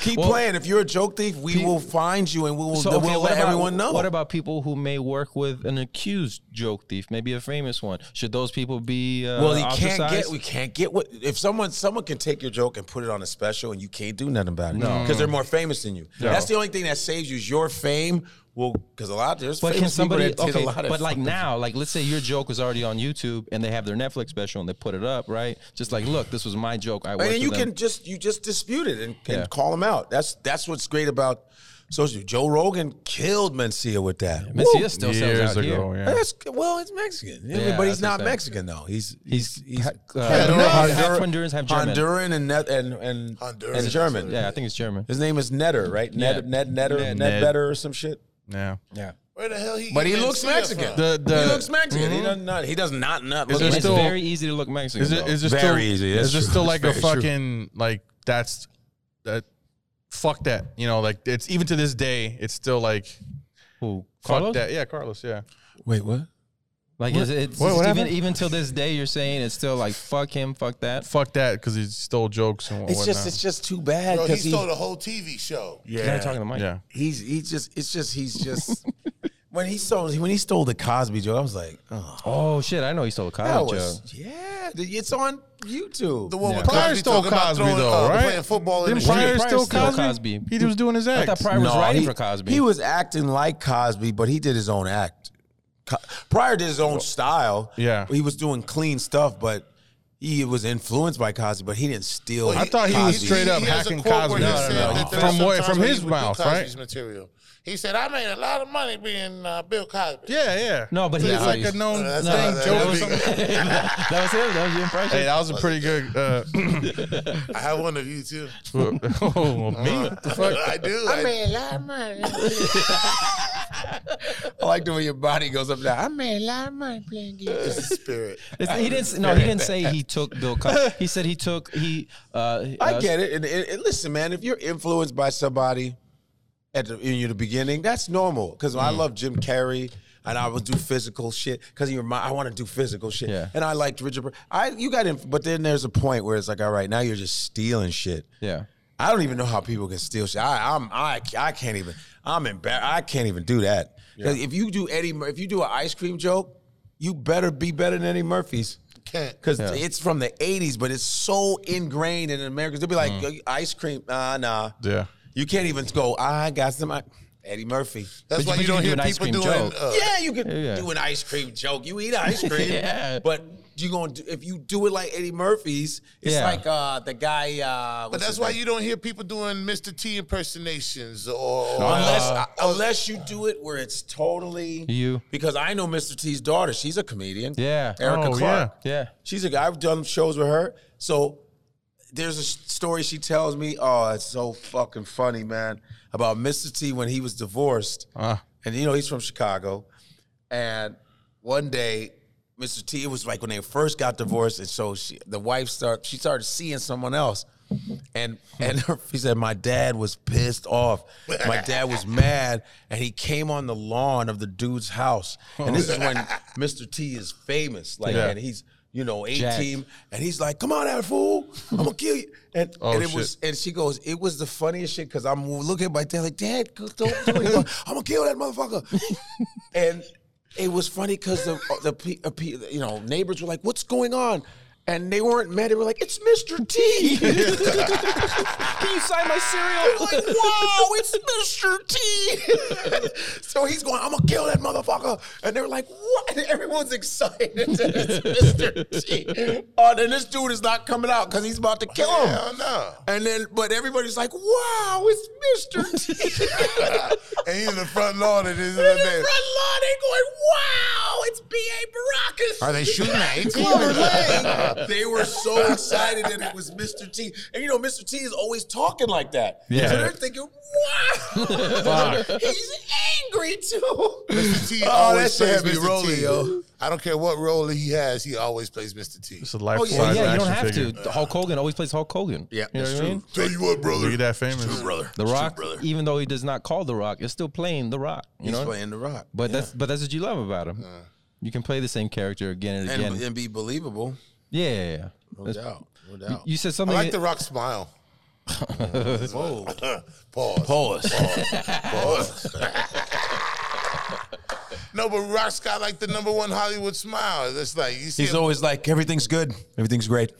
Keep playing. If you're a joke thief, we will find you and we will
So, okay,
we'll
what
let
about-
everyone know.
What about people who may work with an accused joke thief, maybe a famous one? Should those people be uh,
well, you
ostracized?
can't get we can't get what if someone someone can take your joke and put it on a special and you can't do nothing about it because they're more famous than you. That's the only thing that saves you is your fame Well, because a lot there's
But
famous
can somebody
people that did
okay?
a lot of
But like
fucking-
now, like let's say your joke is already on YouTube and they have their Netflix special and they put it up, right? Just like, look, this was my joke. I worked
Oh, and then you
with
can
them.
just you just dispute it and, and
Yeah.
call them out. That's that's what's great about social. Joe Rogan killed Mencia with that. Woo!
Messias still sells
years
out
ago.
here.
Yeah.
That's well, it's Mexican,
Yeah,
but he's
that's
not
what I'm saying.
Mexican though. He's he's he's
uh,
Honduran-
half- half Honduran, half German.
Honduran and Net- and and
Honduran.
and German.
Yeah, I think it's German.
His name is Netter, right? Ned
Yeah.
Ned Netter
Ned.
Ned,
Ned.
Better or some shit.
Yeah.
Yeah.
Where the hell he?
But he
get
looks
Mencia
Mexican.
from?
The the
he looks Mexican. He does not. He does not not look
there
And
Mexican.
it's
still-
very easy to look Mexican.
is it
though.
is it
Very
still
easy, that's
is it
true.
still like a
It's very true.
fucking like that's that fuck that you know like it's even to this day it's still like
Who?
fuck
Carlos?
that yeah Carlos yeah
Wait, what?
Oh, Like is it, it's
What- what
even
happened?
even till this day you're saying it's still like fuck him, fuck that.
fuck that because he stole jokes and
It's
whatnot
just it's just too bad
Bro, he
because he,
stole the whole TV show.
Yeah. You're not talking to Mike.
yeah
he's he's just it's just he's just when he stole when he stole the Cosby joke, I was like, oh,
Oh shit, I know he stole a
that
college
was
joke.
yeah, it's on YouTube.
The one with
Pryor
Cosby
stole
talking about
Cosby,
throwing,
though,
uh,
right?
Playing football in
Didn't
the street.
Pryor
Pryor
steal
steal
Cosby?
Cosby.
He was doing his
I
act.
thought Pryor was writing
he,
for Cosby.
He was acting like Cosby, but he did his own act. Co- Pryor did his own style.
yeah.
he was doing clean stuff, but he was influenced by Cosby, but he didn't steal.
Well,
I thought he was
Cosby.
straight up
has a
hacking
quote where
Cosby.
he
No, no,
said
no.
that there
From
are some
what-
times
from
when
his
he would do
mouth,
Cosby's
right?
Material. He said, "I made a lot of money being uh, Bill Cosby." Uh,
yeah yeah
No, but
It's
he-
like a known
That's
thing
not-
joke or
that's
something.
That was him. That was your impression.
hey that was a pretty good uh,
I have one of you too.
oh me What the fuck
I do. I,
made a lot of money.
I like the way your body goes up now.
I made a lot of money playing games.
It's the spirit.
It's- he didn't. s- No, he didn't say he took Bill. Cosby. He said he took. He. Uh,
I
uh,
get it. And, and- and listen, man, if you're influenced by somebody at the, in the beginning, that's normal. Because
Mm.
I love Jim Carrey, and I would do physical shit because he remind. I want to do physical shit,
Yeah.
and I liked Richard. Bur- I you got in, but then there's a point where it's like, all right, now you're just stealing shit.
Yeah.
I don't even know how people can steal shit. I, I'm I I can't even. I'm embarrassed. I can't even do that. 'Cause if you do Eddie, Mur- if you do an ice cream joke, you better be better than Eddie Murphy's.
Can't.
Because it's from the 80s, but it's so ingrained in Americans. They'll be like, "Uh, ice cream, nah, nah.
yeah
You can't even go, I got some, i-" Eddie Murphy.
That's
But
why
you
you
can
don't
do
hear
an ice
people
cream
doing.
joke.
Uh,
yeah, you can
yeah.
do an ice cream joke. You eat ice cream,
Yeah.
but you gonna do, if you do it like Eddie Murphy's, it's
Yeah.
like uh, the guy. Uh,
But that's why you don't hear people doing Mr. T impersonations or, or
Unless, unless you do it where it's totally
Uh, You.
because I know Mr. T's daughter. She's a comedian.
Yeah.
Erica
Oh,
Clark.
yeah.
Yeah.
She's a guy. I've done shows with her. So there's a story she tells me. Oh, it's so fucking funny, man. About Mr. T when he was divorced,
uh,
and you know he's from Chicago. And one day, Mr. T, it was like when they first got divorced, and so she, the wife started. She started seeing someone else, and and her, he said my dad was pissed off. My dad was mad, and he came on the lawn of the dude's house. And this is when Mr. T is famous, like,
Yeah.
and he's you know
Jacked.
eighteen, and he's like, "Come on, that fool! I'm gonna kill you!" And,
Oh,
and it
shit.
was, and she goes, "It was the funniest shit because I'm looking at my dad like, Dad, go- don't do it! I'm gonna kill that motherfucker!" and it was funny because the the pe- uh, pe- you know neighbors were like, "What's going on?" And they weren't mad. They were like, "It's Mr. T."
Can you sign my cereal?
like, "Wow, it's Mr. T." so he's going, "I'm gonna kill that motherfucker," and they're like, "What?" And everyone's excited. that it's Mr. T. Oh, and this dude is not coming out because he's about to kill him.
Hell no.
And then, but everybody's like, "Wow, it's Mr. T."
And he's in the front lawn and
And
he's in the
the
day.
front lawn, they going, "Wow, it's B.A. Baracus."
Are they shooting at 18?
Clover Lane. they were so excited that it was Mr. T. And you know, Mr. T is always talking like that.
Yeah.
So they're thinking, wow. He's angry too.
Mr. T
Oh,
always
that shit
plays
had me
Mr.
rolling,
T.
yo.
I don't care what role he has, he always plays Mr. T.
it's a life
yeah,
size
yeah, you don't
action
have
figure.
to. Hulk Hogan always plays Hulk Hogan.
Yeah,
You know
that's
what I mean?
Tell you what, brother.
Look at that famous.
brother.
The Rock, even though he does not call The Rock, is still playing The Rock. You know.
the rock.
But that's but that's what you love about him. You can play the same character again and again.
be believable.
yeah, yeah, yeah. That's-
doubt. No doubt.
You said
I
something.
like The Rock smile.
Whoa. Pause.
Pause. Pause. no, but Rock's got like the number one Hollywood smile. It's like you see
He's
him
always like, everything's good. Everything's great.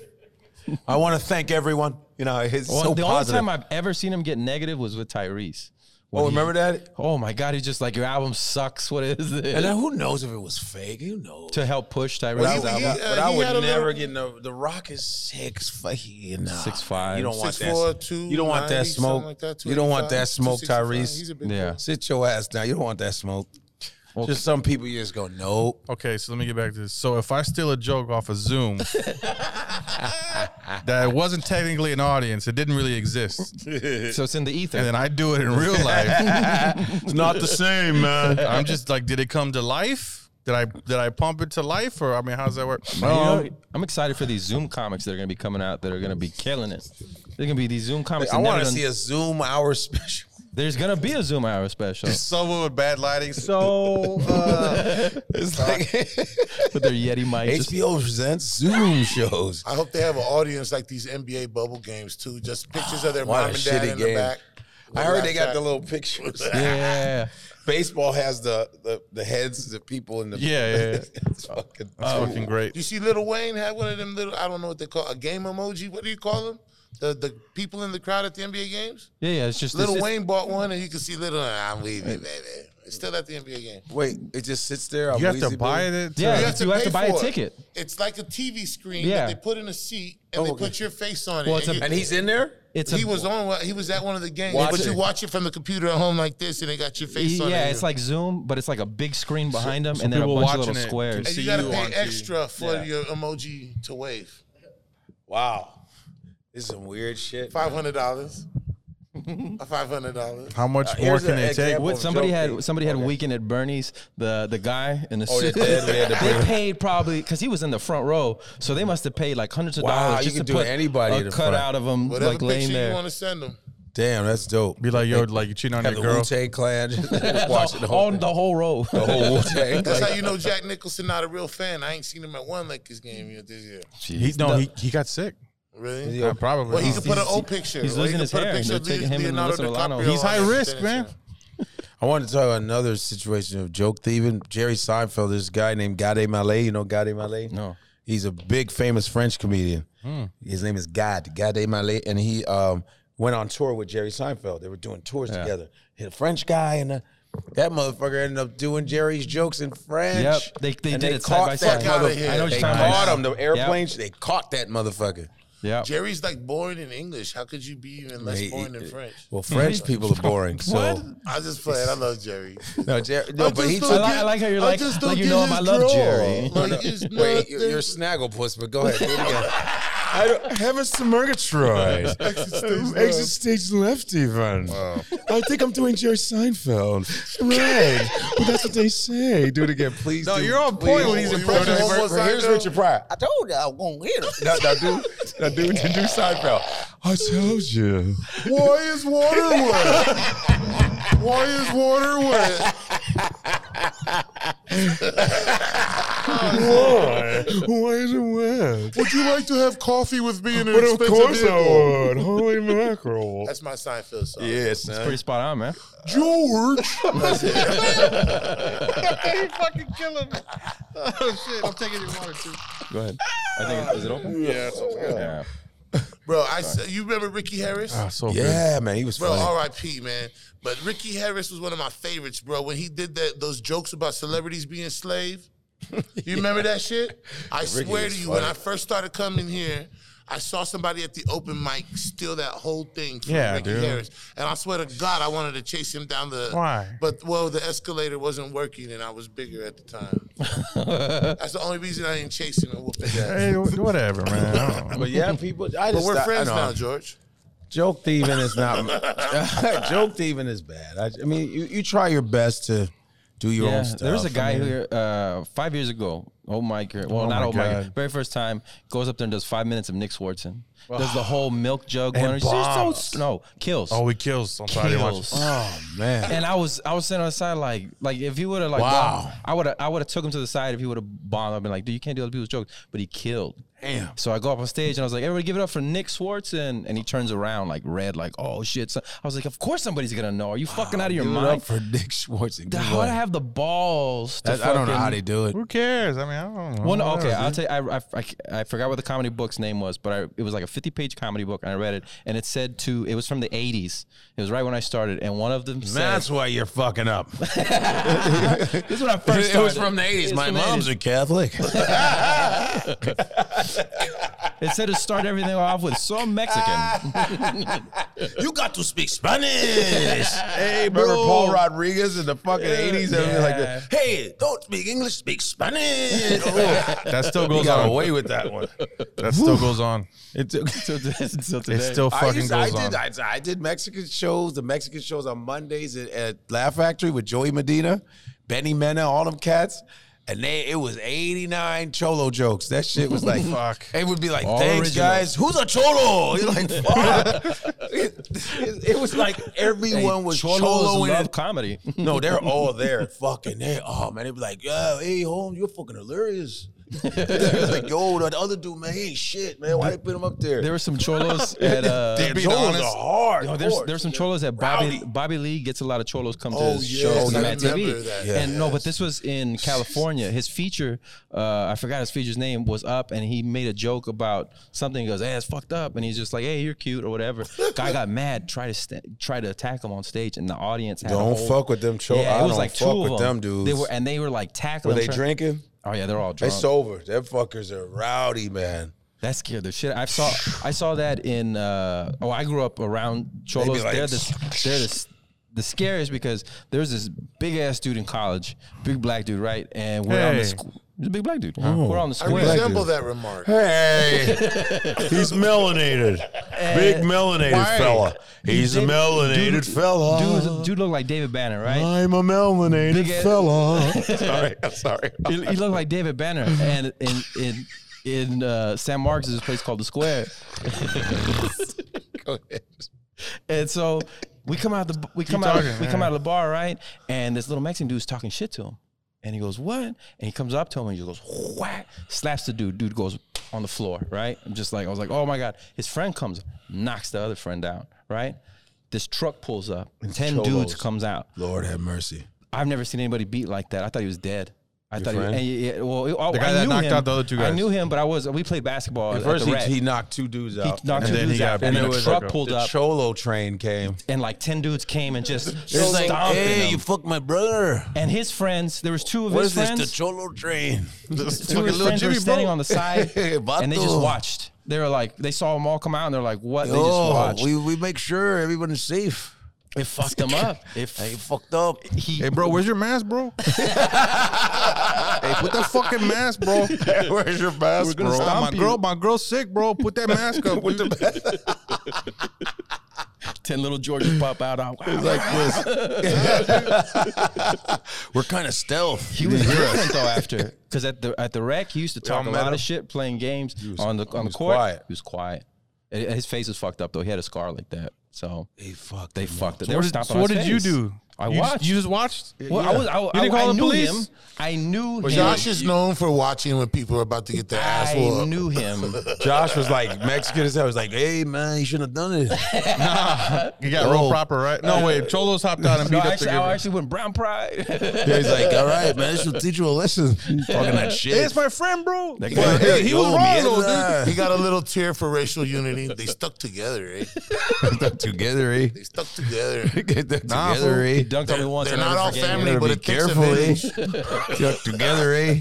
I want to thank everyone. You know, he's
Well,
so
the
positive.
only time I've ever seen him get negative was with Tyrese.
Oh, remember that?
Oh my God, he's just like your album sucks. What is it?
And then who knows if it was fake? Who knows?
to help push
But I,
Tyrese's
would- but
he-
album.
uh,
I
he had a
would
little-
never get no. The Rock is six, fucking nah.
6'5".
You don't want
Six
that.
four two.
you don't want that
90, something
smoke.
like that,
you don't want that
285,
smoke,
265.
Tyrese.
He's a big
Yeah.
Sit your ass down. You don't want that smoke. Just some people you just go, nope.
Okay, so let me get back to this. So if I steal a joke off of Zoom that wasn't technically an audience, it didn't really exist, and
So it's in the ether.
then I do it in real life,
It's not the same, man.
I'm just like, did it come to life? Did I did I pump it to life, or I mean, how's that work? Um,
You know, I'm excited for these Zoom comics that are going to be coming out that are going to be killing it. They're going to be these Zoom comics.
I
that never
want to
done-
see a Zoom hour special.
There's going to be a Zoom hour special,
So with bad lighting, so
So uh, it's like
but their Yeti mics. just-
HBO presents Zoom shows.
I hope they have an audience like these NBA bubble games too. Just pictures of their
What a
mom and dad
shitty
in the
game.
back.
I heard they got the
Laptop.
little pictures.
Yeah.
Baseball has the, the the heads, the people in the
Yeah, yeah, yeah.
it's fucking
Uh,
fucking great.
You see, Little Wayne had one of them little. I don't know what they call a game emoji. What do you call them? The the people in the crowd at the NBA games.
Yeah, yeah. It's just
Little
this,
Wayne bought one, and you can see Little. I'm leaving, baby. It's still at the NBA game.
Wait, it just sits there.
you have to buy it. to-
Yeah,
You
you
have
have
to
to,
pay
buy a
for it.
ticket.
It's like a TV screen
Yeah.
that they put in a seat and
Oh,
they
okay.
put your face on
Well,
it.
it's
and
a-
and he's in there.
It's
he
a,
was on. He was at one of the games,
Watch
but you
it.
watch it from the computer at home like this, and they got your face on. it.
Yeah, it's like Zoom, but it's like a big screen behind them, and then a
people
bunch of little
watching it.
squares.
and
see
you gotta
you
pay
on TV.
extra for your emoji to wave.
Wow, this is some weird shit.
Five hundred dollars. Five hundred dollars.
How much
Uh,
more
here's
can
an
it take?
example.
What
Oh,
somebody
joke,
had
dude.
somebody had a weekend at Bernie's. The the guy in the
Oh,
suit.
they did? They had to
they paid probably because he was in the front row, so they must have paid like hundreds of
Wow,
dollars
you
just
can
to
do
put
anybody in
a
the
cut
front.
out of him
Whatever
like
picture
laying
you
there.
want to send them.
Damn, that's dope.
Be like, yo, like you cheating on
have
your
the
girl.
Wu Tang Clan. Just watch it the whole,
On the whole row.
the whole Wu Tang.
That's how you know Jack Nicholson not a real fan. I ain't seen him at one Lakers game yet this year.
He no, he, he got sick.
Really?
Yeah, probably.
Well, he
He's-
could put an
he's-
old picture.
he's
or he
losing
could
his
put a
hair.
picture
They're
of
taking him and
Leonardo
Melissa Milano.
DiCaprio
He's
on
high
it.
risk, man.
I wanted to talk about another situation of joke thieving. Jerry Seinfeld, this guy named Gade Mallet. You know Gade Mallet?
No. Hmm.
He's a big famous French comedian. His name is God, Gade Mallet. And he um, went on tour with Jerry Seinfeld. They were doing tours together. Hit a French guy and a, that motherfucker ended up doing Jerry's jokes in French.
Yep, they- they
And
did
they
it side
caught
by
that
side. Fuck outta
motherfucker.
here. I know what
They
you're talking about.
caught him. The
Yep.
airplanes, they caught that motherfucker.
Yeah.
Jerry's like boring in English. How could you be even less
He-
boring in
he-
French?
Well, French people are boring. So
I just play it. I love Jerry.
no, Jerry, no, but he
just
took
I like, I like how you're like,
just
like
don't
you
get
know him.
his
I love
draw.
Jerry.
Like, it's
Wait, you're,
nothing.
you're snagglepuss, but go ahead. Do it again. I don't have a smirgatroid. Exit stage left, even. I think I'm doing Jerry Seinfeld. Right. but that's what they say. Do it again, please.
No,
do-
you're on
please.
point when he's
You
in
want
front
to
of
know
him.
what
Here's
Seinfeld-
Richard Pryor.
I told you I won't hit him.
Now, now, do, now do, do Seinfeld. I told you.
Why is water wet? Why is water wet?
Why? Why is it wet?
Would you like to have coffee with me in an
But of
expensive
course I
vehicle?
would. Holy mackerel.
That's my Seinfeld song.
Yeah, son.
Pretty spot on, man.
George.
Go ahead. I think it- is it open? Yeah. yeah.
Bro, I s- you remember Ricky Harris?
Ah, so good.
Yeah, man, he was
Bro,
funny.
R.I.P. man. But Ricky Harris was one of my favorites, bro. When he did that, those jokes about celebrities being slave. You remember that shit? I swear
was
to you,
funny.
when I first started coming here, I saw somebody at the open mic steal that whole thing from
Yeah,
Ricky
dude.
Harris, and I swear to God, I wanted to chase him down the.
Why?
But well, the escalator wasn't working, and I was bigger at the time. That's the only reason I didn't chase him and whoop his ass.
Hey, wh- whatever, man. I don't know.
But yeah, people. I
But
just
we're
thought- I
friends
know.
now, George.
Joke thieving is not. joke thieving is bad. I, I mean, you, you try your best to do your
Yeah,
own stuff.
there was a guy
I mean,
here uh, five years ago. Old Mike, here- well,
Oh
not
my
old Mike,
God.
very first time goes up there and does five minutes of Nick Swartzen. Does the whole milk jug one? He's so
bombs.
s- no kills.
Oh, he kills somebody.
kills.
Oh man.
And I was I was sitting on the side like like if he would have like
Wow.
bombed- I would have I would have took him to the side if he would have bombed. I'd been like, dude, you can't do other people's jokes. But he killed.
Damn.
So I go up on stage and I was like, everybody give it up for Nick Swartzen. And, he turns around like red, like, oh shit. So I was like, of course somebody's gonna know. Are you fucking out of your
Give it
mind?
up for Nick Schwartz. and give
How
up.
would I have the balls to
That- I don't know how
fucking-
they do it.
Who cares? I mean, I don't know.
Well, no, okay,
Whatever,
I'll
dude.
tell you. I, I, I, I forgot what the comedy book's name was, but I, it was like a 50 page comedy book, and I read it, and it said to, it was from the 80s. It was right when I started, and one of them said,
That's why you're fucking up.
This is when I first
It was
started.
from the 80s.
It's
My
from the
mom's
80s.
a Catholic.
It said to start everything off with some Mexican.
you got to speak Spanish. hey, bro.
Remember Paul
Rodriguez in the fucking 80s?
and everything like that?
Hey, don't speak English, speak Spanish.
that still
he
goes
got
on.
away with that one.
That still goes on.
It took until, until today.
It still
I,
fucking
used, I
goes
did.
on.
I, I did Mexican shows. The Mexican shows on Mondays at, at Laugh Factory with Joey Medina, Benny Mena, all them cats. And they, it was 89 cholo jokes. That shit was like,
Fuck.
It would be like,
All
thanks,
original.
guys. Who's a cholo? You're like, fuck. it, it- it was like everyone was
Cholos
cholo in
love
it.
comedy.
No, they're all there. fucking they oh man, they'd be like, yeah, hey Holmes, you're fucking hilarious. It's like, yo, the other dude, man, he ain't shit, man. Why they put him up there?
There were some cholos at. Uh,
Damn,
Cholos
being honest,
are hard.
No, Oh, there's
hard.
there's some cholos that Bobby
Rowdy.
Bobby Lee gets a lot of cholos come to
Oh,
his
yes,
shows
I
on Mad
remember
TV.
that,
and no, but this was in California. His feature, uh, I forgot his feature's name, was up, and he made a joke about something. He goes, "Hey, it's fucked up," and he's just like, "Hey, you're cute" or whatever. Guy got mad, tried to st- try to attack him on stage, and the audience had a
Don't
whole-
fuck with them cholos.
Yeah,
I
it was
don't
like two
fuck
of
with them dudes.
They were and they were like tackling.
Were they
him, try-
drinking?
Oh yeah, they're all
They
drunk.
sober. Them fuckers are rowdy, man.
That scared the shit. I saw I saw that in uh oh I grew up around
They
cholos.
be like-
they're the they're the, the scariest because there's this big ass dude in college, big black dude, right? And we're on the
Hey.
squ- he's a big black dude. We're on the
I
square.
resemble that remark.
Hey, he's melanated, big melanated
Why? fella.
He's
a Dude- melanated
fella.
Dude, dude looked like David Banner, right?
I'm a melanated
Big ass-
fella. sorry, I'm sorry.
He, he looked like David Banner, and in in in uh, San Marcos is this place called the Square.
Go ahead.
And so we come out the we come out
talking,
we
yeah.
come out of the bar, right? And this little Mexican dude's talking shit to him. And he goes, "What?" And he comes up to him and he just goes, "Whack!" Slaps the dude. Dude goes on the floor, right? I'm just like, I was like, "Oh my god!" His friend comes, knocks the other friend out, right? This truck pulls up. Ten dudes
cholos.
comes out.
Lord have mercy.
I've never seen anybody beat like that. I thought he was dead. I thought
friend?
he was, and, yeah, well, I,
The guy
I
that
knew
knocked
him.
out the other two
I
guys.
knew him, but I was we played basketball at,
First,
the
he,
rec.
he knocked two dudes out.
He knocked
And
two
then he
dudes
got
out,
beat
and
up.
then the truck
The
pulled
the
up,
cholo train came.
and like ten dudes came and just
It's
stomped
like, hey,
him.
you fucked my brother.
and his friends. There was two of
What
his
is this?
friends.
The cholo train.
two of his
little
friends were
Jimmy
standing
Bro.
on the side,
Vato.
and they just watched. They were like, they saw them all come out, and they're like, "What?" They just
Oh,
watched.
we, we make sure everyone is safe.
it fucked them up. It
Hey, fucked up.
he,
Hey, bro, where's your mask, bro? hey, put that fucking mask, bro.
Where's your mask,
We're gonna stop my girl. My girl's sick, bro. Put that mask up. dude.
ten little Georges pop out. Wow.
Like this. We're kind of stealth.
He was different though after, because at the at the rec he used to talk
Y'all
a
met
lot
him?
of shit playing games on the on the
was
court.
quiet.
He was quiet. And His face was fucked up though. He had a scar like that, so
They fucked.
they
him up.
fucked it. They were
What did,
stomping
so
on
what
his
did you
face.
do?
I
You just-
watched.
You just watched?
Well, I was. I,
didn't
I,
call
I
the
knew
police?
him. I knew him.
Josh is known for watching when people are about to get their ass
I
whooped.
knew him.
Josh was like Mexican as hell. He was like, hey man, you shouldn't have done it.
You got
Oh.
real proper, right? No, wait. Cholos hopped out and beat
No,
up
actually,
the
I
guy.
actually went brown pride.
He's like, all right, man, this will teach you a lesson. Talking that shit.
Hey, it's my friend, bro.
That
Well,
guy-
hey, he was
Yo,
wrong,
mierda.
though, dude.
He got a little tear for racial unity. They stuck together, eh?
Stuck together, eh?
They stuck together.
Get that
Nah,
together,
fool.
eh?
dunked on me once.
They're
and I
not all
never forgave him.
family,
Better
but
be
it takes a
careful, eh?
village.
Stuck together, eh?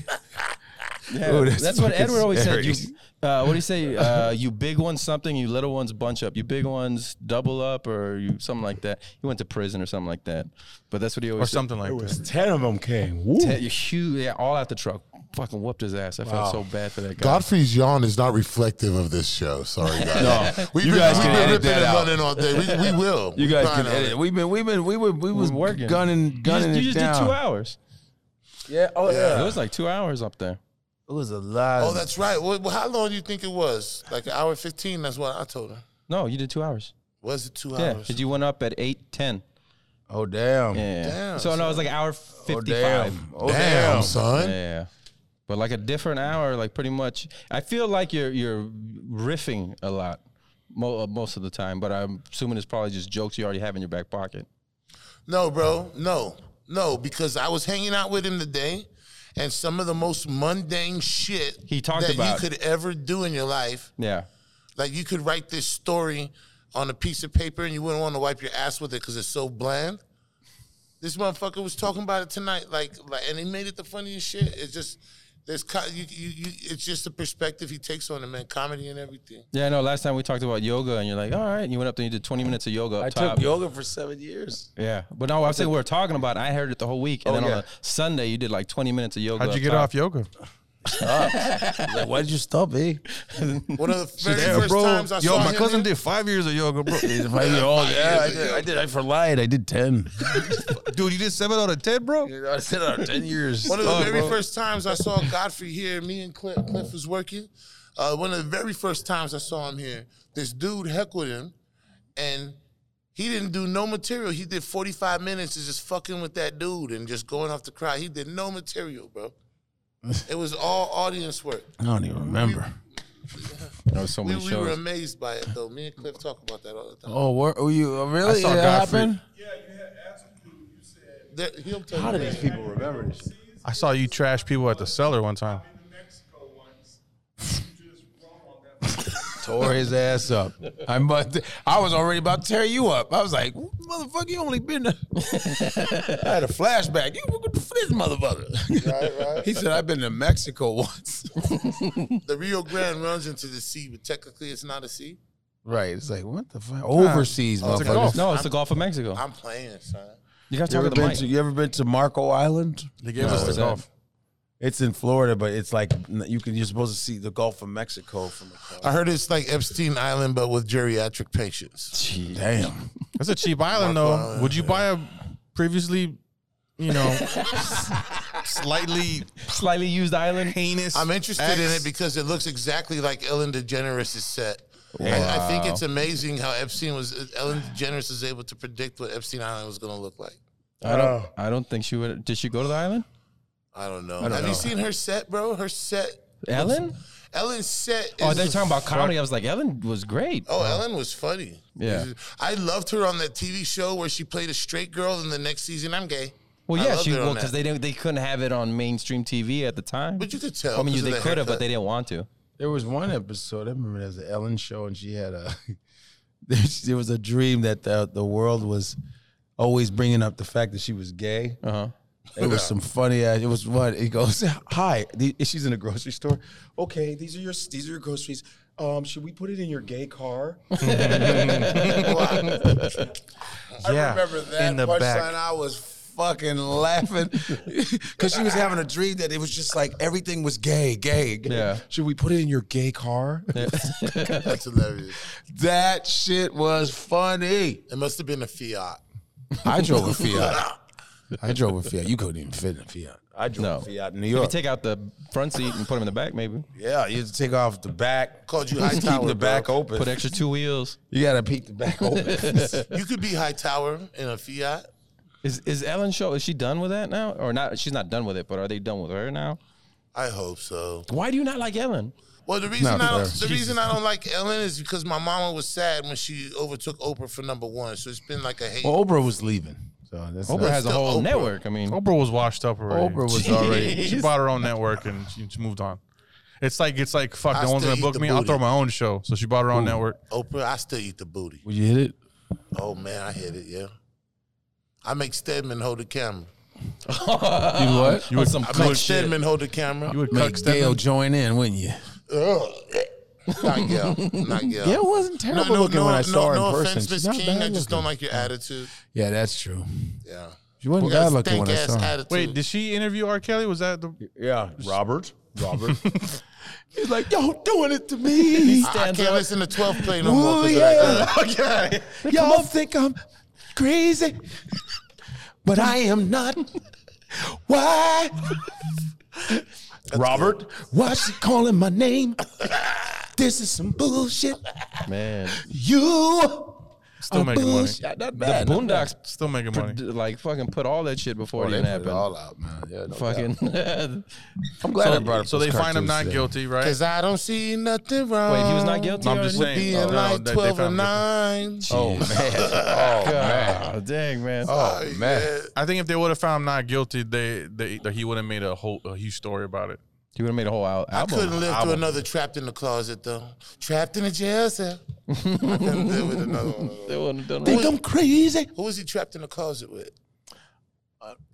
Yeah,
Ooh, that's
that's, what
fucking
Edward always said. You,
scary.
uh, what do you say? Uh, you big ones something, you little ones bunch up. You big ones double up, or you something like that. He went to prison or something like that. But that's what he always
Or something like that.
Ten of them came.
said. You huge, yeah, all out the truck. Fucking whooped his ass. I felt so bad for that guy.
Godfrey's yawn is not reflective of this show. Sorry, guys.
No,
we've
you
been,
guys
we've
can
been
edit
ripping
that
and
out.
running all day. We, we will.
You guys can
Fine,
edit. We've been, we've been, we were, we was
working.
gunning,
You
gunning
just, you
it
just
down.
did two hours.
Yeah, oh yeah.
It was like two hours up there.
It was a lot.
Oh, that's right. Well, well, how long do you think it was? Like an hour fifteen. That's what I told her.
No, you did two hours.
Was it two
Yeah,
hours?
because you went up at eight ten.
oh damn.
Yeah.
Damn,
so no, it was like hour
Oh
fifty-five.
damn. Oh
Damn,
damn.
son.
Yeah. But like a different hour, like pretty much, I feel like you're you're riffing a lot mo- uh, most of the time. But I'm assuming it's probably just jokes you already have in your back pocket.
No, bro. No. No, because I was hanging out with him today and some of the most mundane shit
He talked
that
about-
you could ever do in your life.
Yeah,
Like you could write this story on a piece of paper and you wouldn't want to wipe your ass with it because it's so bland. This motherfucker was talking about it tonight, like, like, and he made it the funniest shit. It's just, there's, co- you, you, you, it's just the perspective he takes on it, man. Comedy and everything.
yeah. I know. Last time we talked about yoga, and you're like, all right. And you went up there, and you did 20 minutes of yoga up
I
top.
took yoga for seven years.
Yeah, but no, I was saying we were talking about. it. I heard it the whole week, and
Oh,
then
yeah.
on a Sunday you did like 20 minutes of yoga.
How'd
up
you get
top.
off yoga?
Like, why did you stop, eh?
One of the very first times I
yo,
saw
my
him
cousin
there-
did five years of yoga, bro.
oh yeah, I did. I did. I lied. I did ten.
Dude, you did seven out of ten, bro.
I said uh, ten years.
One of the very first times I saw Godfrey here, me and Cliff, Cliff was working. Uh, one of the very first times I saw him here, this dude heckled him, and he didn't do no material. He did 45 minutes of just fucking with that dude and just going off the crowd. He did no material, bro. It was all audience work.
I don't even remember.
There was so
We,
many
we were
shows.
amazed by it, though. Me and Cliff talk about that all the time.
Oh, were, were you really?
saw
That
Godfrey.
happened?
There- he'll tell
How
you
do these
that.
people remember this?
I saw you trash people at the cellar one time.
Tore his ass up. I must, I was already about to tear you up. I was like, motherfucker, you only been. to-" I had a flashback. You were good for this motherfucker.
Right, right.
He said, I've been to Mexico once.
The Rio Grande runs into the sea, but technically it's not a sea.
right. It's like, what the fuck? Overseas,
Oh,
it's a
motherfucker.
No, it's the Gulf of Mexico.
I'm playing, son.
you guys
You
talk
ever,
to the
been
mic.
to, you ever been to Marco Island? Oh,
They gave us the
is that-
golf.
It's in Florida, but it's like you can you're supposed to see the Gulf of Mexico from across.
I heard it's like Epstein Island, but with geriatric patients.
Damn.
That's a cheap island, though. Would you buy a previously, you know, slightly
Slightly used island.
heinous?
I'm interested in
ex?
it because it looks exactly like Ellen DeGeneres' set. I, I think it's amazing how Epstein was Ellen DeGeneres was able to predict what Epstein Island was going to look like.
I don't. I don't think she would. Did she go to the island?
I don't know. Have you seen her set, bro? Her set.
Ellen?
Ellen's set. Is
Oh, they're talking about comedy. I was like, Ellen was great.
Oh, Ellen was funny.
Yeah.
I loved her on that TV show where she played a straight girl, and the next season I'm gay.
Well,
I
yeah,
loved
she
her on
well
that.
because they didn't. They couldn't have it on mainstream TV at the time.
But you could tell.
I mean, you,
'cause of
they
the
could have, but
haircut.
they didn't want to.
There was one episode, I remember there was an Ellen show and she had a there was a dream that the the world was always bringing up the fact that she was gay.
Uh huh.
It was some funny ass. It was what it goes. Hi, the, she's in a grocery store. Okay, these are your these are your groceries. Um, should we put it in your gay car?
yeah.
remember that
in the
punchline.
back.
I was fucking laughing because she was having a dream that it was just like everything was gay, gay. gay.
Yeah.
Should we put it in your gay car?
That's hilarious.
that shit was funny.
It must have been a Fiat.
I drove a Fiat. I drove a Fiat. You couldn't even fit in a Fiat. I drove
No.
a Fiat in New
If you
York.
take out the front seat and put them in the back, maybe
yeah, you had to take off the back.
Called you
Keep
Hightower,
the
bro.
back open.
put extra two wheels.
you gotta peek the back open.
You could be Hightower in a Fiat.
Is is Ellen show? Is she done with that now, or not? She's not done with it, but are they done with her now?
I hope so.
Why do you not like Ellen?
Well, the reason
Not
I don't,
fair.
the reason I don't like Ellen is because my mama was sad when she overtook Oprah for number one. So it's been like a hate.
well, Oprah was leaving, so that's
Oprah has a
the
whole
Oprah.
network. I mean,
Oprah was washed up already.
Oprah was already-
She bought her own network and she she moved on. It's like it's like fuck.
I
No one's
still
gonna
eat
book
the
me. I'll
booty.
throw my own show. So she bought her own network.
Oprah, I still eat the booty.
Would you hit it?
Oh man, I hit it. Yeah, I make Stedman hold the camera.
You what?
You would some
I make Stedman hold the camera.
You would cook
Make Dale
Stedman.
join in, wouldn't you?
Ugh. Not Gail. Not Gail.
Yeah, it wasn't
No,
terrible
no,
looking
no,
when I
no,
saw her in
no
person.
offense,
She's
Miss
not
King.
bad
I just
looking.
don't like your attitude.
Yeah, that's true.
Yeah.
She wasn't
You got
bad
a
looking when I
stink-ass
saw her.
attitude.
Wait, did she interview R. Kelly? Was that the?
Yeah, Robert. Robert. He's like, yo, doing it to me.
I, I can't listen to 12 play no more.
Ooh,
'cause of that.
yeah. Y'all think I'm crazy, but I am not. Why? Robert, why she calling my name? This is some bullshit.
man,
You
Still making money.
Not
The
bad.
Boondocks,
Still making money.
produ- like fucking put all that shit before
Oh,
it
they put
even
it
happened.
all out, man. Yeah, no doubt.
Fucking.
I'm glad I brought up
So they
those
find
cartoons
him not
today.
guilty, right?
Cause I don't see nothing wrong.
Wait, he was not guilty.
No, I'm just
already?
saying.
Being
Oh, no,
like
they- they
twelve or
found him guilty.
nine.
Oh man. Oh man.
Oh, dang man.
Oh man.
I think if they would have found him not guilty, they, they, that he would have made a whole a huge story about it.
He would have made a whole al-
I
album.
couldn't live through
album.
another trapped in the closet though. Trapped in a jail cell. I couldn't live with another one. of those.
They wouldn't have done
Think
it.
I'm crazy.
Who was he trapped in the closet with?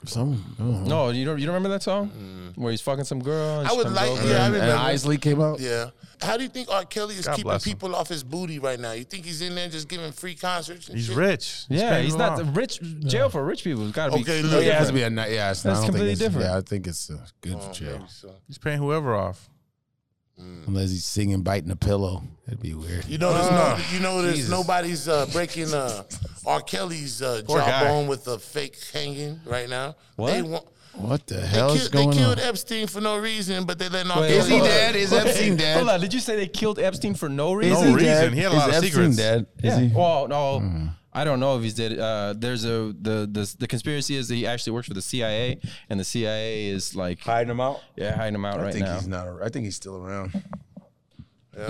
Some. I don't know.
No, you don't. You don't remember that song where he's fucking some girl? And
I
she
would
comes
like.
over.
Yeah, I
And, and
remember.
Isley came out.
Yeah. How do you think R. Kelly is
God
keeping
bless him.
people off his booty right now? You think he's in there just giving free concerts? And
He's
shit?
rich.
Yeah,
spending
he's
a
not
lot.
the rich jail for rich people. It's got to be.
Okay,
No,
look.
yeah, it has to be a night. Yeah, it's not,
That's
I don't
completely
think it's,
different.
Yeah, I think it's a good
Oh,
jail.
maybe so.
He's paying whoever off.
Unless he's singing, biting a pillow, that'd be weird.
You know, there's no, you know, there's
Jesus.
nobody's uh, breaking uh, R. Kelly's uh,
Poor guy.
jawbone with a fake hanging right now. What? They, want,
What the
they,
hell is
killed, they
going
killed
on?
Epstein for no reason, but they letting R.
Wait,
Kelly.
Is he
live.
dead? Is Epstein dead?
Hold on. Did you say they killed Epstein for no
Is
reason?
he reason. He had a
Is
lot of
Epstein
secrets.
Dead? Is
Yeah.
he?
Well, no, I don't know if he's dead. Uh, there's a the, the the conspiracy is that he actually works for the CIA, and the CIA is like
Hiding them out.
yeah hiding him out
I
right
think
now.
he's not. ar- I think he's still around.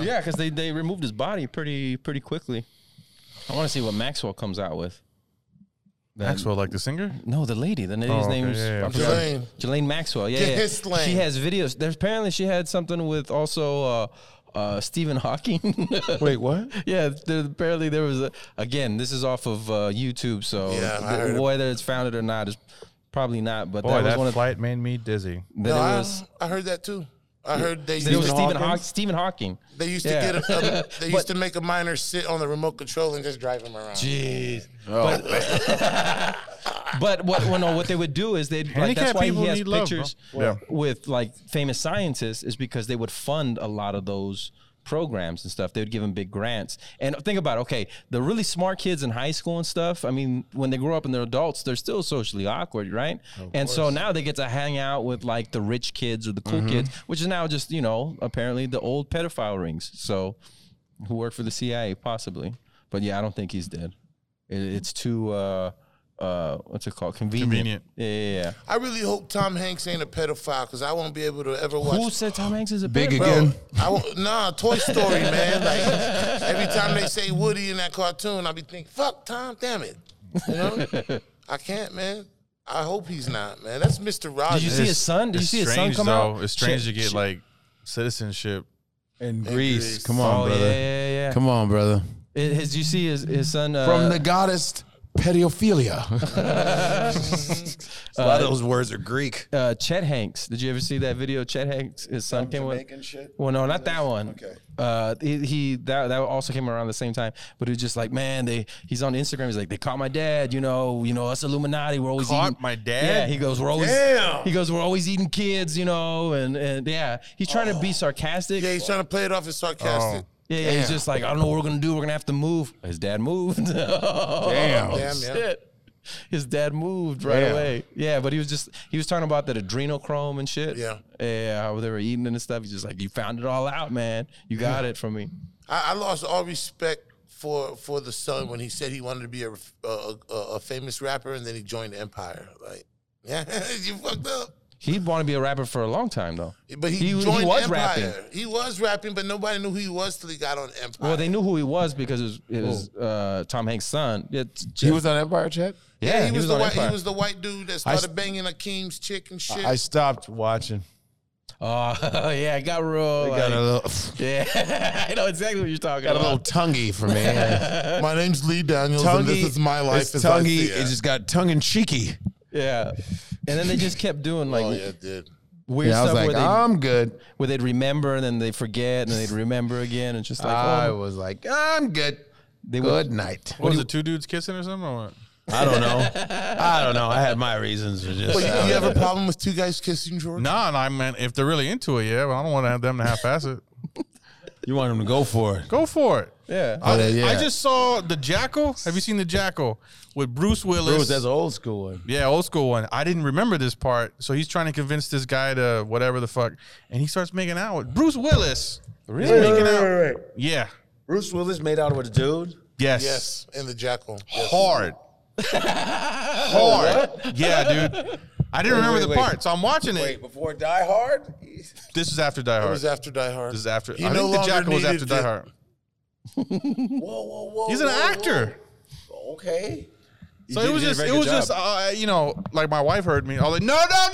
Yeah, because they they removed his body pretty pretty quickly. I want to see what Maxwell comes out with. That-
Maxwell, like the singer?
No, the lady. The lady's
Oh, okay,
name's
yeah, yeah.
I forgot.
Jelaine.
Jelaine Maxwell. Yeah,
Get
yeah.
his slang.
she has videos. There's apparently she had something with also uh, uh, Stephen Hawking.
Wait, what?
yeah, there, apparently there was a, again. This is off of uh, YouTube, so
Yeah, I
the-
heard it.
whether it's founded or not is probably not. But
Boy,
that was
that,
one of
flight made me dizzy.
that
No,
it
I,
was.
I heard that too. I heard they
It
used,
was
to,
Stephen Hawking. Stephen Hawking.
they used
Yeah.
to get a, a- they used to make a minor sit on the remote control and just drive him around.
Jeez. But, but what well, no, what they would do is they'd like, that's
Handicapped
why he
people
has
need love,
pictures
bro. Yeah.
with like famous scientists is because they would fund a lot of those programs and stuff. They would give them big grants. And think about it, okay, the really smart kids in high school and stuff, I mean, when they grow up and they're adults, they're still socially awkward, right? and so now they get to hang out with like the rich kids or the
Mm-hmm.
cool kids, which is now just, you know, apparently the old pedophile rings. So who worked for the CIA, possibly. But yeah, I don't think he's dead. It, it's too uh uh what's it called? Convenient.
Convenient.
Yeah, yeah, yeah.
I really hope Tom Hanks ain't a pedophile because I won't be able to ever watch.
Who said Tom Hanks is a
Big
pedophile?
Bro,
again.
I won't- nah, Toy Story, man. Like every time they say Woody in that cartoon, I be thinking, "Fuck Tom, damn it!" You know, I can't, man. I hope he's not, man. That's Mister Rogers.
Did you see his son? Did you
It's
see his son
strange,
come
though.
out?
It's strange
Shit,
to get
shit.
like citizenship.
In Greece. Come
Oh
on, brother.
yeah, yeah, yeah.
Come on, brother.
It- his, you see his his son uh,
From the goddess pedophilia.
A lot of those words are Greek.
uh, Chet Hanks. Did you ever see that video? Chet Hanks, his son came with. Well, no, not that one. Okay. Uh, he, he that that also came around the same time, but it was just like, man, they he's on Instagram. He's like, they caught my dad. You know, you know, us Illuminati. We're always
Caught
eating.
my dad?
Yeah, he goes, we're always.
Damn.
He goes, we're always eating kids. You know, and and yeah, he's trying to be sarcastic.
Yeah, he's trying to play it off as sarcastic.
Yeah, yeah, he's just like, I don't know what we're gonna do. We're gonna have to move. His dad moved. Damn,
Damn, yeah.
shit. His dad moved right away. Yeah, but he was just he was talking about that adrenochrome and shit.
Yeah.
yeah, how they were eating and stuff. He's just like, you found it all out, man. You got it from me.
I, I lost all respect for for the son when he said he wanted to be a a, a, a famous rapper and then he joined Empire. Like, yeah, you fucked up.
He wanted to be a rapper for a long time though.
But he,
He- he
joined
was
Empire.
rapping.
He was rapping, but nobody knew who he was till he got on Empire.
Well, they knew who he was because it was, it was uh, Tom Hanks' son. It's
he was on Empire Chat.
yeah,
he, was, the
on
white.
Empire.
He was the white dude that started banging Akeem's chick and shit.
I stopped watching.
Oh, yeah, it got real.
Got
like-
a little,
yeah, I know exactly what you're talking
got a
about.
little tonguey for me.
my name's Lee Daniels,
Tonguey- it's tonguey. It just got tongue and cheeky.
Yeah. And then they just kept doing like
oh yeah, it did.
weird
Yeah, I was
stuff
like,
where, they,
"Ah."
I'm good.
where they'd remember and then they forget and then they'd remember again. And just like,
I
oh,
was like, I'm good.
they
Good night.
What was it? Two dudes kissing or something? Or what?
I don't know. I don't know. I had my reasons for just. uh,
But you, you have a problem with two guys kissing George?
Nah, nah, I mean, if they're really into it, yeah. But I don't want to have them to half-ass it.
You want them to go for it.
Go for it.
Yeah.
I,
yeah, yeah.
I just saw the Jackal. Have you seen the Jackal with Bruce Willis?
an old school one.
Yeah, old school one. I didn't remember this part. So he's trying to convince this guy to whatever the fuck. And he starts making out with Bruce Willis. Really?
Wait, wait, wait, wait.
Yeah.
Bruce Willis made out with a dude.
Yes.
Yes, and the jackal. Yes.
Hard. Hard. Yeah, dude. I didn't remember
wait,
the
wait.
part, so I'm watching it.
Wait, before Die Hard?
This is after Die
It
Hard.
was after Die Hard.
this is after.
He
I think
no
the
longer
Jackal was after
needed
Die
the-
Hard.
Whoa, whoa, whoa.
He's an
whoa, whoa.
actor.
Okay.
So
did-
it was
he did a
just,
very
it
good
was
job.
just, uh, you know, like my wife heard me. I was like, no, no,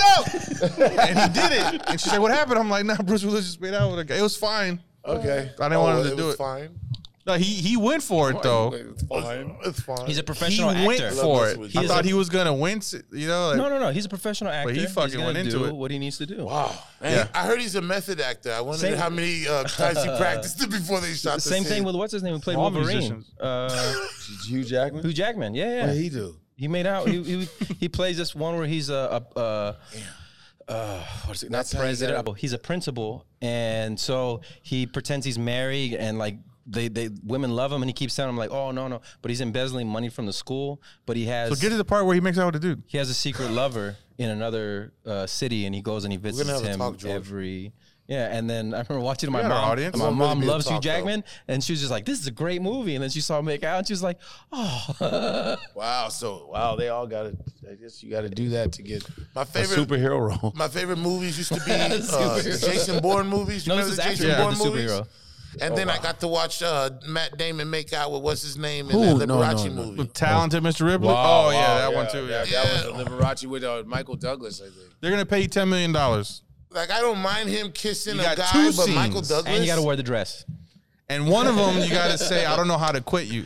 no, and he did it. And she's like, what happened? I'm like, nah, Bruce Willis just made out with a guy. It was fine.
Okay. Oh,
I didn't want him to do
was
it.
Fine.
No, he he went for it though.
It's fine. It's fine.
He's a
He
professional
went
actor.
for
this
it.
with
I
you.
thought he was gonna wince. it, You know, like,
no, no, no. He's a professional actor.
he
He's
fucking
gonna
went into
do
it.
What he needs to do.
Wow.
Yeah.
I heard he's a method actor. I wondered
Same-
how many uh, times he practiced it before they shot the
Same thing with what's his name? He played
All
Wolverine.
musicians.
Uh,
Hugh Jackman?
Hugh Jackman. Yeah, yeah.
What he do?
He made out. He, he he plays this one where he's a, a, a uh, what is it? Not
That's how you
president. He's a principal, and so he pretends he's married, and like they they women love him, and he keeps telling them like, oh no no, but he's embezzling money from the school, but he has
So get to the part where he makes out with the dude.
he has a secret lover in another uh, city, and he goes and he visits
have a
him
talk, George.
every. Yeah, and then I remember watching my
got an
mom.
audience.
and My
It's
gonna
mom
be a
loves Hugh
talk, though.
Jackman, and she was just like, "This is a great movie." And then she saw him make out, and she was like, "Oh,
Wow, so wow, they all got to. I guess you got to do that to get
My
a
favorite
superhero role.
My favorite movies used to be uh,
Superhero.
Jason Bourne movies. You
No, this
remember
is
the
actually
Jason
Yeah.
Bourne
the
movies?
superhero. Oh,
And then I got to watch uh, Matt Damon make out with what's his name in
Who?
that
No,
Liberace
no, no.
movie.
Talented Mr. Ripley. oh yeah, that one too. Yeah.
Yeah.
That was the Liberace with uh, Michael Douglas, I think.
they're gonna pay you ten million dollars
Like I don't mind him kissing
You
a
got
guy,
two
but Michael
scenes.
Douglas.
Mm. and you got to wear the dress."
and one of them you gotta say, I don't know how to quit you.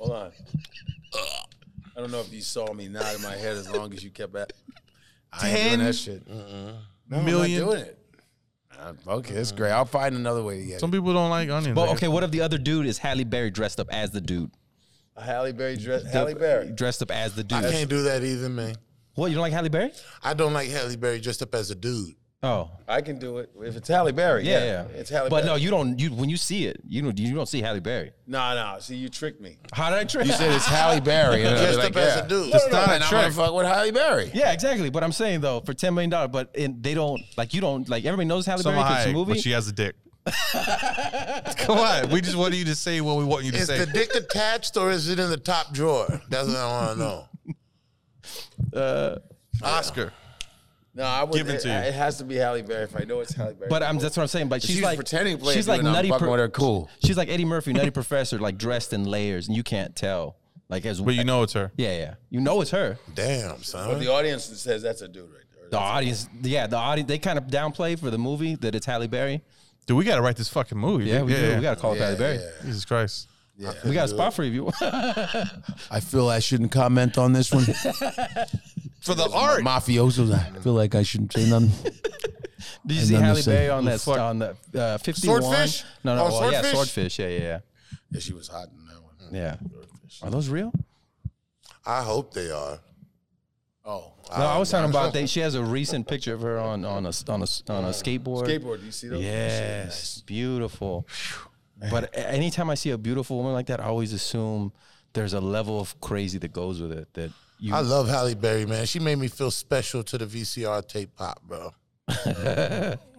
Hold on. I don't know if you saw me nodding my head as long as you kept at. I ain't doing
Ten
that shit. No,
million.
I'm not doing it. Uh, okay, that's great. I'll find another way to get it.
Some people don't like onions.
But
I
okay, what if the other dude is Halle Berry dressed up as the dude?
Halle Berry dress. Halle Berry.
Dressed up as the
I
dude.
can't do that either, man.
What you don't like Halle Berry?
I don't like Halle Berry dressed up as a dude.
Oh,
I can do it if it's Halle Berry.
yeah, yeah.
It's Halle
but
Berry.
no, you don't. You when you see it, you don't. You don't see Halle Berry.
no, no, no. See, you tricked me.
How did I trick?
You said it's Halle Berry. and I was
Dressed
like,
up as
yeah.
a dude.
It's not a trick. Fuck with Halle Berry.
Yeah, exactly. But I'm saying though, for ten million dollars, but in, they don't like you don't like everybody knows Halle
Some
Berry 'cause it's a
high,
movie.
but she has a dick. Come on, we just want you to say what we want you to
Is
say.
the dick attached or is it in the top drawer? That's what I want to know.
Uh,
Oscar.
No, I would.
Give it to you.
It has to be Halle Berry if I know it's Halle Berry.
but I'm that's what I'm saying. But she's,
she's
like
pretending to play.
She's like nutty.
Fucking
Pro-
with her cool.
She's like Eddie Murphy, Nutty Professor, like dressed in layers, and you can't tell. Like as
But you know it's her.
yeah, yeah, you know it's her.
Damn,
But
son.
the audience says that's a dude right there.
The audience, yeah, the audience, they kind of downplay for the movie that it's Halle Berry.
Dude, we gotta write this fucking movie.
Yeah,
dude.
we do. We gotta call it Halle Berry.
Jesus Christ.
We got a spot for you. if you want.
I feel I shouldn't comment on this one.
For the art.
Mafioso. I feel like I shouldn't say nothing.
Did you see
then the
Halle Berry
second-
on that
fuck.
on the uh, fifty-one?
Swordfish?
No, no,
Oh,
well, yeah,
Swordfish?
swordfish. Yeah, yeah, yeah,
Yeah, she was hot in that one.
yeah. Are those real?
I hope they are.
Oh,
No, I was talking about they. She has a recent picture of her on on a on a on a skateboard.
skateboard. You see those?
Yes, beautiful. But a- anytime I see a beautiful woman like that, I always assume there's a level of crazy that goes with it. That you,
I love Halle Berry, man. She made me feel special to the VCR tape pop, bro.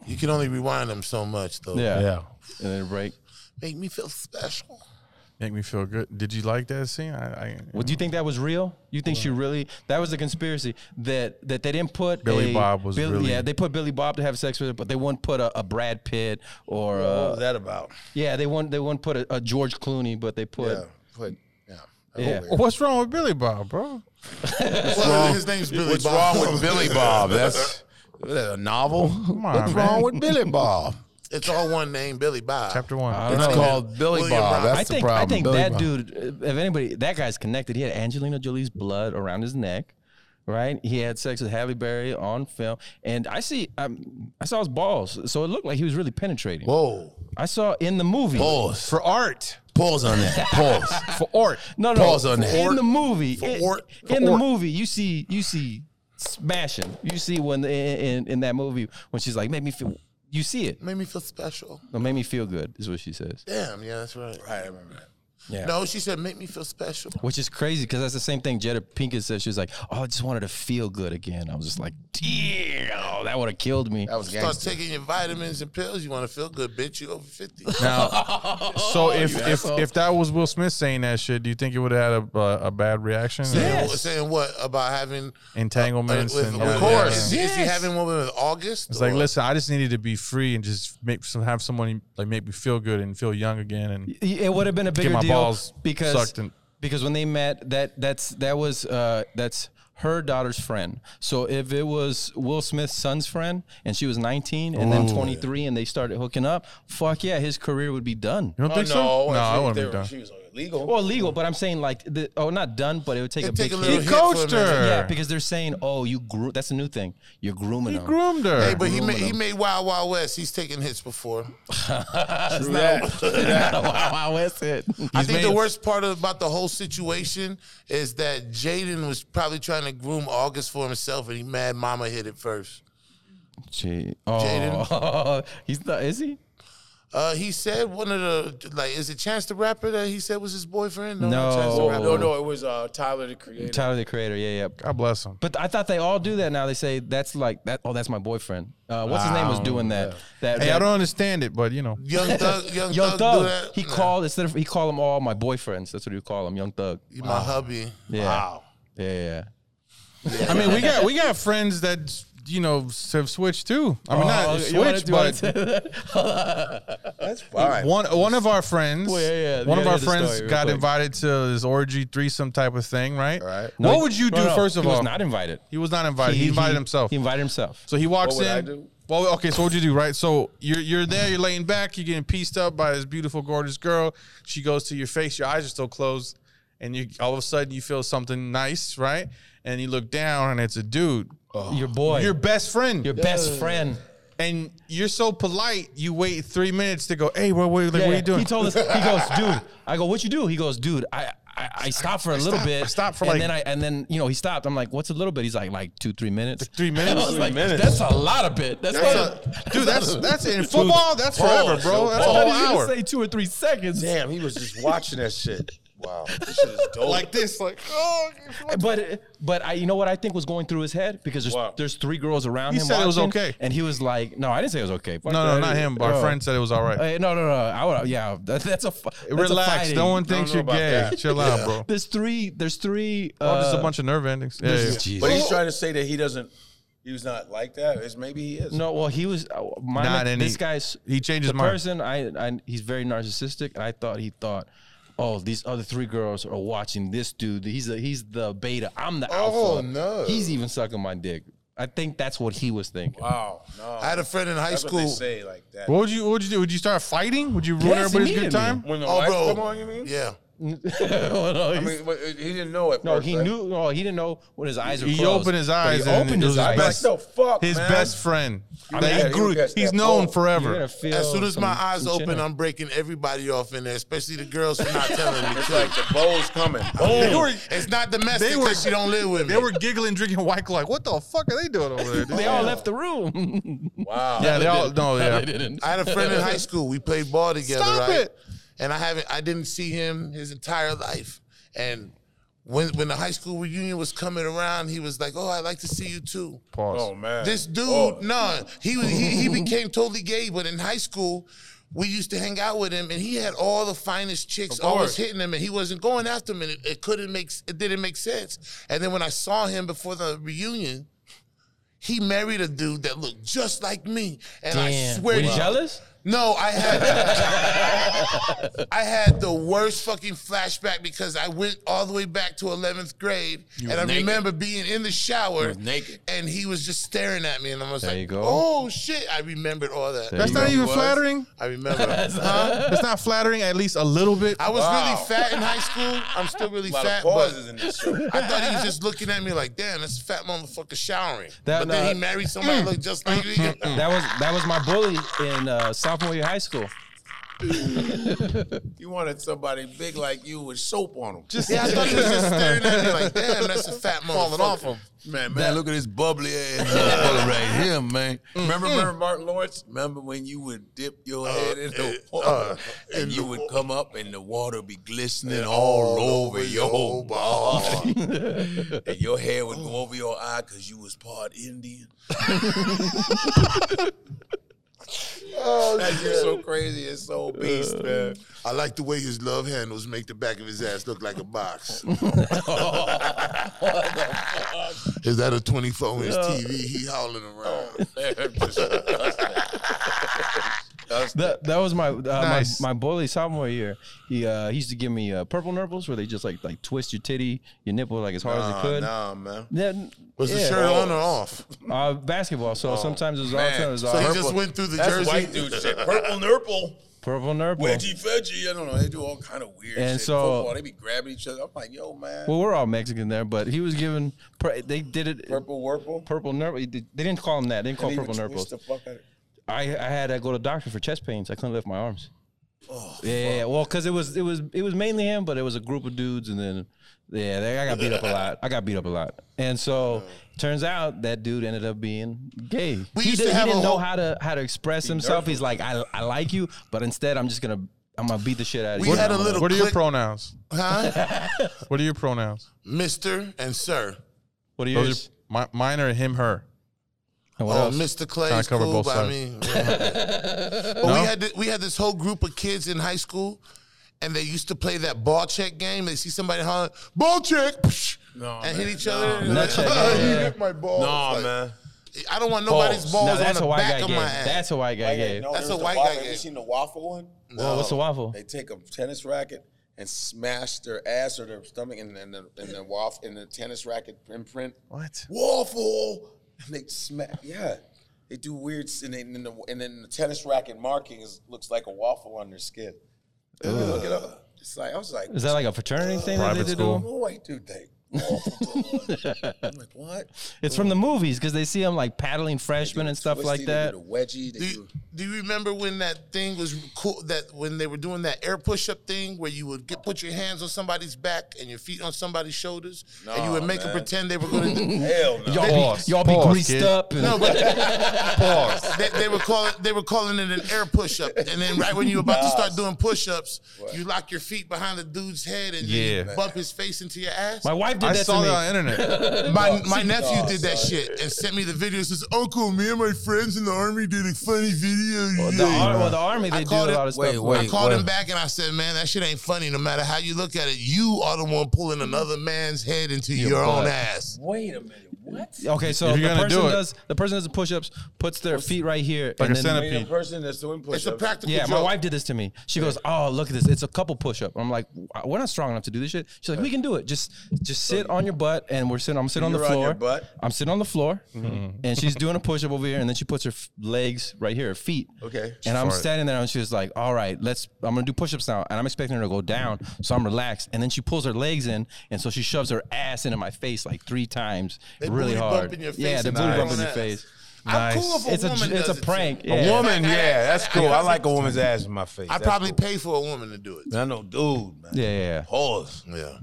you can only rewind them so much, though.
yeah,
Yeah.
and then break.
Make me feel special.
Make me feel good. Did you like that scene? I, I
Well, do you think that was real? You think she really? That was a conspiracy that that they didn't put
Billy
a-
Bob was
Billy-
really-
yeah they put Billy Bob to have sex with her, but they wouldn't put a, a Brad Pitt or
What
uh,
was that about?
yeah they wouldn't they wouldn't put a, a George Clooney, but they put
Yeah, put. Yeah.
yeah.
What's wrong with Billy Bob, bro?
Well, his name's Billy
What's
Bob.
wrong with Billy Bob? That's what is that, a novel.
on,
What's
man.
wrong with Billy Bob?
It's all one name, Billy Bob.
Chapter one.
It's
know.
called Oh, Billy
William
Bob.
Bob.
That's
I
the
think
problem.
I think
Billy
that
Bob.
dude, uh, if anybody, that guy's connected. He had Angelina Jolie's blood around his neck, right? He had sex with Halle Berry on film, and I see, um, I saw his balls, so it looked like he was really penetrating.
Whoa.
I saw in the movie.
Pause.
For art.
Pause on that. Pause.
For art.
No, no.
Pause on that.
In the movie, in,
Fort-
in the
Fort.
movie, you see, you see, smashing. You see when in, in, in that movie when she's like, "Make me feel." You see it.
Made me feel special.
It made me feel good. Is what she says.
Damn, yeah, that's right.
I remember that.
Yeah.
No, she said, make me feel special.
Which is crazy because that's the same thing Jada Pinkett said. She was like, "Oh, I just wanted to feel good again." I was just like, "Damn, that would have killed me."
That was
Start
gangster.
taking your vitamins and pills. You want to feel good, bitch. You over 50.
Now, so if if, if that was Will Smith saying that shit, do you think it would have had a, a, a bad reaction? Uh,
Saying, saying what about having uh,
Entanglements
with-
and
of
yada, yada,
course.
yada.
Is, is he having one with August?
It's like,
or-
listen, I just needed to be free and just make some have someone like make me feel good and feel young again. And
it would have been a bigger
my
deal
balls
because
sucked and-
because when they met, that that's that was uh, that's her daughter's friend. So if it was Will Smith's son's friend and she was 19 and then 23 and they started hooking up, fuck yeah, his career would be done.
Oh,
you don't think so? No, I wouldn't be done.
She was illegal.
Well, legal, but I'm saying like, the, oh, not done, but it would take a
It'd
big
take a
hit.
little
He
hit for a
coached
minute.
her.
Yeah, because they're saying, oh, you grew. That's a new thing. You're grooming
He
them.
groomed her.
Hey, but he made, he made Wild Wild West. He's taken hits before.
That's not a- not a Wild Wild West hit.
I think the
made-
worst part about the whole situation is that Jaden was probably trying to groom August for himself, and he mad mama hit it first.
Gee. Oh, he's not. Is he?
Uh, he said one of the like, is it Chance the Rapper that he said was his boyfriend?
No.
not Chance the Rapper.
No, no, it was uh, Tyler the Creator.
Tyler the Creator. Yeah, yeah.
God bless him.
But I thought they all do that now. They say that's like that. Oh, that's my boyfriend. Uh, what's his name was doing that? That,
Hey,
that
I don't understand it, but you know,
Young Thug, Young,
Young
Thug, do
Thug.
that.
He
Nah,
called instead of he called them all my boyfriends. That's what he called them. Young Thug.
you my hubby.
Yeah. Wow. Yeah, yeah.
I mean, we got we got friends that you know s- have switched too. I mean,
Oh,
not
you wanna-
switched,
you wanna
but
tell-
All right.
one one of our friends,
Well, yeah, yeah,
one
yeah,
of our
the
friends
story real
got
quick.
invited to this orgy threesome type of thing, right?
Right.
What would you do
No, no,
first of
he
all?
was not invited.
he was not invited. He, invited himself.
He invited himself.
So he walks
What would
in.
I do?
Well, okay. So what'd you do, right? So you're you're there. You're laying back. You're getting pieced up by this beautiful, gorgeous girl. She goes to your face. Your eyes are still closed, and you all of a sudden you feel something nice, right? And you look down, and it's a dude,
Oh.
your boy,
your best friend,
your best friend.
and you're so polite. You wait three minutes to go. Hey, what, what, like,
Yeah,
what are
yeah.
you doing?
He told us. He goes, dude. I go, what you do? He goes, dude. I I, I stopped for a little bit.
I stopped for
and
like-
then I and then you know he stopped. I'm like, what's a little bit? He's like, like two three minutes.
three minutes?
I was
Three
like,
minutes.
That's a lot of bit. That's, not a,
Dude, that's that's in football. That's forever, bro. That's a
I
whole
was gonna
hour.
say two or three seconds.
Damn, he was just watching that shit. Wow, this shit is dope.
Like this, like oh.
But but I you know what I think was going through his head because there's there's three girls around
He
him.
said it was
watching,
okay.
and he was like, no, I didn't say it was okay. Fuck
No, no,
that.
not him. Our
Yo.
friend said it was all right.
Hey, no, no, no. I would, yeah, that, that's a fu- that's a
Relax.
fighting.
No one thinks you're gay. Chill out, bro.
There's three. There's three. Uh,
Oh, just a bunch of nerve endings. Yeah, yeah.
but he's trying to say that he doesn't. He was not like that. It's maybe he is.
No, well, he was uh, my
Not
ne-
any-
This guy's
he changed
the
his mind.
person. I, I he's very narcissistic, and I thought he thought, oh, these other three girls are watching this dude. He's a, he's the beta. I'm the
Oh,
alpha.
no.
he's even sucking my dick. I think that's what he was thinking.
Wow, no.
I had a friend in high
That's what they
school.
say like that.
What would you? What would you do? Would you start fighting? Would you ruin
Yes,
everybody's good
immediately.
time?
When the
Oh,
lights
bro.
come on, you mean?
Yeah.
Oh, no,
I
he's-
mean, but it- he didn't know it.
no, he knew. No, he didn't know when his eyes were.
He
closed,
opened his
but
eyes.
He
and
opened
it was
his eyes.
Best,
Like, the fuck,
his
man?
best friend.
I
that
mean,
he
he
grew.
gets that
He's known
ball.
You're gonna
forever.
feel
As soon as my
some-
eyes
some chin
open,
up.
I'm breaking everybody off in there, especially the girls for not telling me.
It's like the bowl's coming.
They were,
It's not domestic
They were-
because she don't live with me.
they were giggling, drinking white claw. Like, what the fuck are they doing over there? dude?
They all left the room.
Wow.
yeah, they all. No, yeah.
I had a friend in high school. We played ball together,
Stop
right?
it.
And I haven't I didn't see him his entire life. And when when the high school reunion was coming around, he was like, "Oh, I'd like to see you too."
Pause.
Oh man.
This dude,
Oh.
no, he was he, he became totally gay, but in high school, we used to hang out with him, and he had all the finest chicks always hitting him, and he wasn't going after him, and it, it couldn't make it didn't make sense. And then when I saw him before the reunion, he married a dude that looked just like me, and I
Damn.
swear,
Were
to
you
you-
jealous?
No, I had I had the worst fucking flashback because I went all the way back to eleventh grade, and I remember being in the shower
naked.
and he was just staring at me, and I was
There
like,
you go.
"Oh shit!" I remembered all that.
That's not even flattering.
I remember. huh?
That's not flattering. At least a little bit.
I was
Wow.
really fat in high school. I'm still really
A lot
fat,
of pauses
but
in this show.
I thought he was just looking at me like, "Damn, that's a fat motherfucker showering."
That-
but then
nah.
he married somebody that looked just like me.
That was that was my bully in uh, sophomore year of high school.
You wanted somebody big like you with soap on them. Just
Yeah, I thought you was just staring at me like, damn, that's a fat falling off him.
man,
Man,
man. Mm-hmm.
look at this bubbly ass motherfucker right here, man.
Remember, remember Martin Lawrence? Remember when you would dip your head in the water and you would come up and the water would be glistening all, over your body, and your hair would go over your eye because you was part Indian.
Oh,
That's you so crazy and so beast, man.
I like the way his love handles make the back of his ass look like a box. Is that a 24 inch TV? He howling
Oh,
around.
That, that was my uh,
Nice.
my my bully sophomore year. He uh, he used to give me uh, purple nurples where they just like like twist your titty, your nipple like as hard as they could.
Nah, man.
Then
Was the
yeah,
shirt on or off?
uh, basketball. So sometimes it was all it was all
So he just went through the
That's
jersey.
white dude shit. Purple nurple.
purple nurple.
Wedgie fudgy. I don't know. They do all kind of weird
And
shit.
so-
Football. They be grabbing each other. I'm like, yo, man.
Well, we're all Mexican there, but he was given. pur- They did it.
Purple Werple.
Purple nurple. They they didn't call him that. They didn't call
They
it purple
would twist
nurples.
the fuck out of-
I I had to go to doctor for chest pains. I couldn't lift my arms. Oh, yeah, yeah. Well, because it was it was it was mainly him, but it was a group of dudes, and then yeah, they, I got beat up a lot. I got beat up a lot, and so turns out that dude ended up being gay.
We
he
used
did,
to have
he
a
didn't know
whole-
how to how to express himself. He's like, I I like you, but instead I'm just gonna I'm gonna beat the shit out of
We
you.
had
I'm
a
gonna-
little
What are your
click,
pronouns?
huh?
What are your pronouns?
Mr. and Sir.
What are
Those
yours?
are my, mine are him, her.
And what
Oh,
else?
Mr. Clay
Kinda
is
cover
cool
both
by
sides.
me. but we had th- we had this whole group of kids in high school, and they used to play that ball check game. They see somebody hollering ball check, psh, and hit each other. and
Nut
like,
check,
"Oh, you
yeah.
hit my ball.
Nah,
Like,
man.
I don't want nobody's balls
no,
on
that's
the
a white
back
guy
of
game.
my ass.
That's a white guy game.
That's
there's
a
the
white
waffle.
guy
Have you
game.
seen the waffle one?
Well, what's a waffle?
They take a tennis racket and smash their ass or their stomach in, in the in the waffle in the tennis racket imprint.
What?
Waffle. And they smack. Yeah. They do weird, s- and, they, and, the, and then the tennis racket marking is, looks like a waffle on their skin. Let me Look it up. It's like I was like,
Is that like a fraternity thing that they
Private
did?
school.
to him?
what white dude think? Waffle. I'm like, what?
It's from the movies because they see him like paddling freshmen and stuff
Twisty,
like
they
that.
do the wedgie. They
Do
do,
you, do you remember when that thing was cool? That when they were doing that air push-up thing, where you would get put your hands on somebody's back and your feet on somebody's shoulders, and you would
Nah,
make them
man.
pretend they were going to. do
hell no.
Y'all
Pause,
be, y'all be
pause,
greased
kid.
up. And
No, but
Pause.
they, they were calling they were calling it an air push up, and then right when you were about to start doing push ups, you lock your feet behind the dude's head and
Yeah.
then you bump his face into your ass.
my
My
wife did
I
that
saw that
to me.
on the internet.
my, nephew did that shit and sent me the video. It Says Uncle, me and my friends in the army did a funny video.
Oh, The,
today."
ar- well, the army, they do a
called it-
lot of stuff.
wait,
with-
I called
what?
him back and I said, "Man, that shit ain't funny. No matter how you look at it, you are the one pulling another man's head into your own
butt.
ass."
Wait a minute. What?
Okay, so
If
the
you're gonna
person
do it-
does the person does the push ups, puts their feet right here,
Like
and
a
then
centipede.
The person that's doing push
It's a practical
yeah,
joke.
my wife did this to me. She goes, "Oh, look at this! It's a couple push up." I'm like, "We're not strong enough to do this shit." She's like, "We can do it. Just, just sit on your butt, and we're sitting. I'm sitting on the
You're on
floor.
your butt?
I'm sitting on the floor,
Mm-hmm.
and she's doing a push up over here, and then she puts her f- legs right here, her feet.
Okay.
And I'm
Fart.
standing there, and she's like, "All right, let's. I'm gonna do push ups now, and I'm expecting her to go down, so I'm relaxed. And then she pulls her legs in, and so she shoves her ass into my face like three times, really
booty
hard.
bump in your
yeah,
face
the
and
booty
your
bump
own
in your
ass.
face.
I'm cool if a
It's a
woman
it's a
does it to
prank.
me.
Yeah.
A woman,
I- I-
yeah, that's cool. I like a woman's ass in my face.
I
That's
probably
cool.
pay for a woman to do it.
I know, dude, man.
Yeah, yeah,
Pause.
Yeah.
yeah.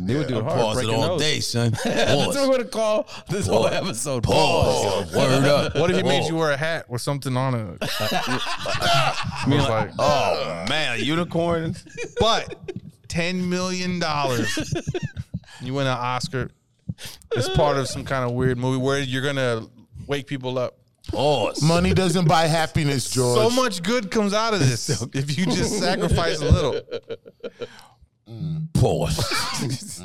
They would do it hard.
Pause it
breaking
all
nose.
day, son.
That's what
Pause.
we're gonna call this whole episode.
Pause. Word up.
What if he made
Pause.
you wear a hat with something on it? I was like,
Oh man, a unicorn.
but ten million dollars. you win an Oscar. It's part of some kind of weird movie where you're gonna wake people up.
Pause.
Money doesn't buy happiness, George.
So much good comes out of this if you just sacrifice a little.
Pause.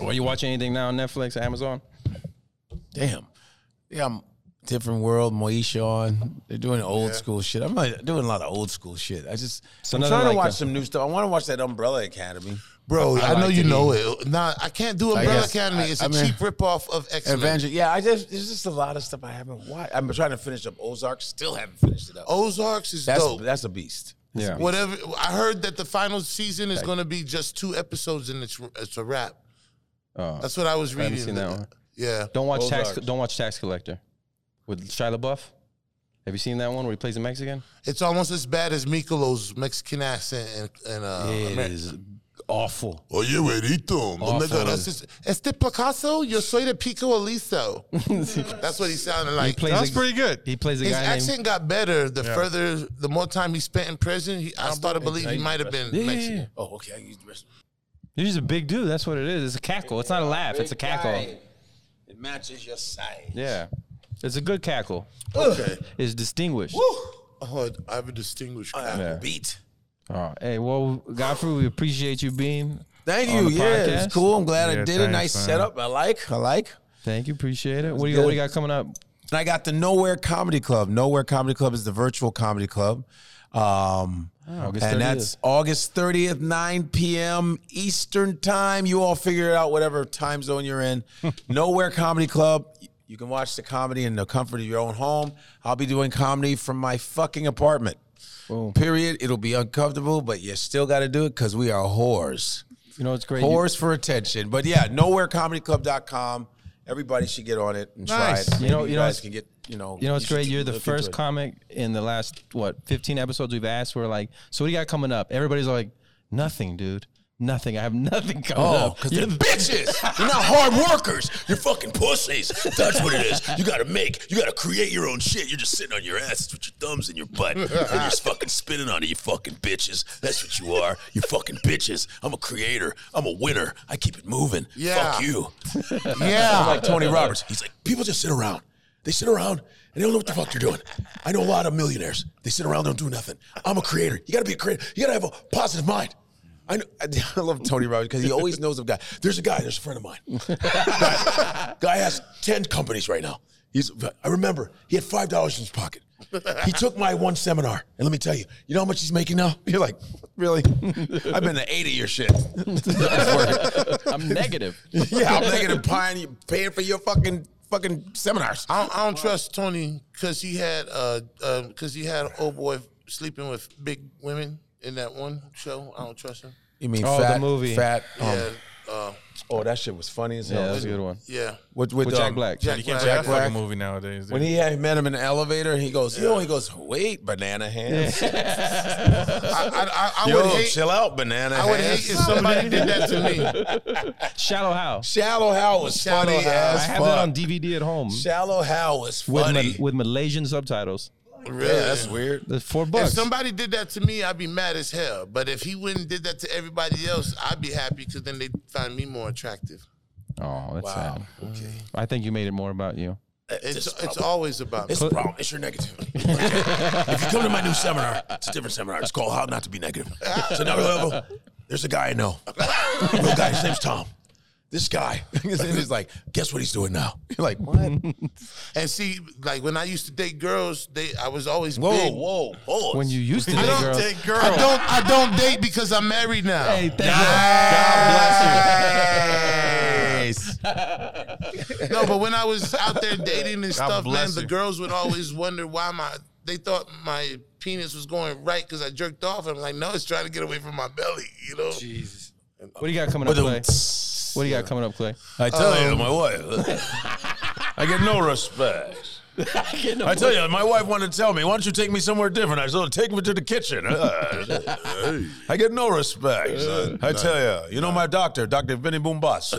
Are you watching anything now on Netflix, Amazon?
Damn. Yeah, I'm different world. Moesha on. They're doing old school shit. I'm like, doing a lot of old school shit. I just I'm
nothing
trying
like
to watch
a-
some new stuff. I want to watch that Umbrella Academy.
Bro, I,
like
know you
to
know it. Nah, I can't do Umbrella
guess-
Academy. It's a
I- I mean-
cheap ripoff of X Men.
Avenger. Yeah, I just there's just a lot of stuff I haven't watched. I'm trying to finish up Ozark. Still haven't finished it up.
Oh,
Ozarks is
that's
dope.
that's a beast.
Yeah.
Whatever. I heard that the final season is going to be just two episodes and it's it's a wrap.
Oh.
that's what I was
haven't
reading.
seen that one.
Yeah.
Don't watch tax.
Ozarks.
Don't watch Tax Collector with Shia LaBeouf. Have you seen that one where he plays a Mexican?
It's almost as bad as Mikolos Mexican accent and, and uh,
It is awful.
Oye, güerito.
Awful.
Nigga, este Picasso, yo soy de Pico Aliso. That's what he sounded like.
plays
That's
a-
pretty good.
He plays a
His
guy named
accent got better the further, the more time he spent in prison. He, I started to believe he might have been
Yeah, yeah,
Mexican.
yeah.
Oh, okay. I used the rest.
He's just a big dude. That's what it is. It's a cackle. It's not a laugh. It's a cackle.
It matches your size.
Yeah. It's a good cackle.
Okay.
It's distinguished.
Oh, I have a distinguished. character.
Yeah.
Beat.
Oh, hey, well, Godfrey, we appreciate you being.
Thank
On
you.
the
Yeah, it was
podcast?
cool. I'm glad I
Yeah,
did it.
thanks,
Nice
man.
setup. I like. I like.
Thank you. Appreciate it. What do you, what do you got coming up?
And I got the Nowhere Comedy Club. Nowhere Comedy Club is the virtual comedy club. Um,
August
and
30th.
that's August 30th, 9 p.m. Eastern Time. You all figure it out, whatever time zone you're in. Nowhere Comedy Club. You can watch the comedy in the comfort of your own home. I'll be doing comedy from my fucking apartment. Period. It'll be uncomfortable, but you still got to do it because we are whores.
You know, it's great. You-
Whores for attention. But yeah, nowherecomedyclub.com. Everybody should get on it and
Nice.
try it.
You know-
Maybe
you know,
guys
it's-
can get, you know.
You know, it's
should
great. You're the
look into
first
it.
comic in the last what 15 episodes we've asked. We're like, so what do you got coming up? Everybody's like, nothing, dude. Nothing. I have nothing coming
Oh,
up.
because
You're
they're
the-
bitches.
You're not hard workers. You're fucking pussies. That's what it is. You gotta make, you gotta create your own shit. You're just sitting on your ass with your thumbs in your butt. And you're just fucking spinning on it, you fucking bitches. That's what you are. You fucking bitches. I'm a creator. I'm a winner. I keep it moving.
Yeah.
Fuck you.
Yeah.
like Tony Roberts.
He's like, people just sit around. They sit around and they don't know what the fuck they're doing. I know a lot of millionaires. They sit around, don't do nothing. I'm a creator. You gotta be a creator. You gotta have a positive mind. I know,
I, I love Tony Robbins because he always knows a guy.
there's a guy, there's a friend of mine. guy, guy has 10 companies right now. He's, I remember he had $5 in his pocket. He took my one seminar, and let me tell you, you know how much he's making now?
You're like, really? I've been to eight of your shit.
I'm negative.
yeah, I'm negative paying you paying for your fucking fucking seminars.
I don't, I don't trust Tony because he had uh because he had old boy sleeping with big women in that one show. I don't trust him.
You mean
Oh, the fat- movie. fat,
Yeah, uh,
oh, that shit was funny as
Yeah, that was a good one.
yeah.
With, with,
With Jack
um,
Black.
Jack
You can't
Black.
say that
Black.
fucking movie nowadays.
When
dude.
he had met him in the elevator, he goes, you know, he goes, wait, banana hands.
I, I, I, I
Yo,
would hate.
chill out, banana
I
hands.
would hate if somebody did that to me.
Shallow How.
Shallow Hal was
Shallow
funny
Hal.
as
I have
fuck.
that on DVD at home
Shallow Hal was
with,
funny.
Ma- with Malaysian subtitles.
Really,
that's weird.
That's four
If
bucks.
somebody did that to me, I'd be mad as hell. But if he wouldn't did that to everybody else, I'd be happy because then they would find me more attractive.
oh, that's sad. Okay. I think you made it more about you.
It's it's always about me.
It's the problem. It's your negativity. if you come to my new seminar, it's a different seminar. It's called How Not to Be Negative. It's another level. There's a guy I know. Real guy. His name's Tom. This guy.
he's like,
Guess what he's doing now?
you're like, what?
And see, like when I used to date girls, they I was always
Whoa,
big.
whoa, whoa.
When you used to date
don't
girls.
date I don't I don't date because I'm married now.
Hey, thank you. God bless you.
Nice.
No, but when I was out there dating and stuff, man,
bless
the
you.
girls would always wonder why my they thought my penis was going right because I jerked off. I'm like, no, it's trying to get away from my belly, you know.
What do you got coming up, Clay? What do you got coming up, Clay?
I tell
Um,
you, my wife. I get no respect. I tell you, my wife wanted to tell me, "Why don't you take me somewhere different?" I said, "Take me to the kitchen." Uh, I get no respect. I tell you, you know my doctor, Doctor Vinny Boombas.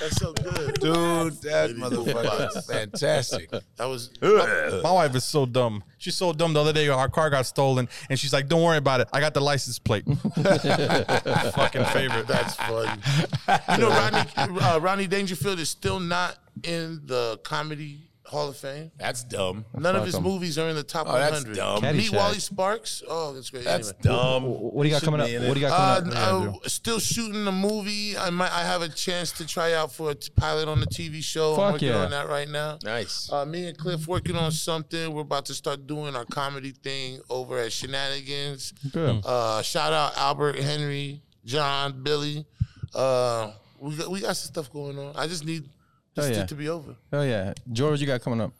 That's so good.
Dude, that motherfucker was fantastic.
That was
My wife is so dumb. She's so dumb. The other day, our car got stolen, and she's like, "Don't worry about it. I got the license plate." Fucking favorite.
that's fun. You know, Rodney uh, Rodney Dangerfield is still not in the comedy Hall of Fame.
That's dumb.
None of
fuck
his
him.
movies are in the top
Oh, that's
100.
dumb.
Meet
Caddyshack.
Wally Sparks. Oh, that's great.
That's
Anyway.
dumb.
What do you got coming up?
be in it.
What do you
Uh,
got coming up?
uh, still shooting a movie. I might. I have a chance to try out for a t- pilot on the TV show. I'm
Fuck
working
yeah.
on that right now.
Nice.
Uh, me and Cliff working on something. We're about to start doing our comedy thing over at Shenanigans.
Good.
Uh, shout out Albert, Henry, John, Billy. Uh, we got, we got some stuff going on. I just need this
Oh, yeah.
shit to be over.
Oh yeah, George, what you got coming up?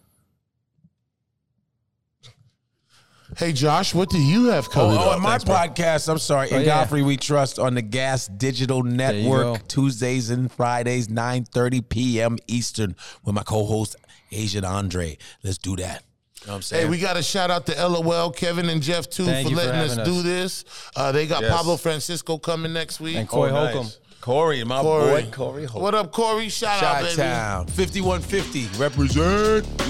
Hey Josh, what do you have
Oh,
coming
oh,
up?
and my podcast, I'm sorry, in
Oh, yeah.
Godfrey We Trust on the Gas Digital
you go.
Network, Tuesdays and Fridays, 9.30 p.m. Eastern, with my co-host, Asian Andre. Let's do that. know what I'm saying?
Hey, we got to shout out to LOL, Kevin and Jeff too
Thank
for
you for
letting us,
having
do
us.
this. Uh, they got Pablo Francisco coming next week.
And Coy Holcomb.
Corey, my
Corey.
boy, Corey Holt.
What up, Corey? Shout out,
Shot
baby.
Town, 5150, represent.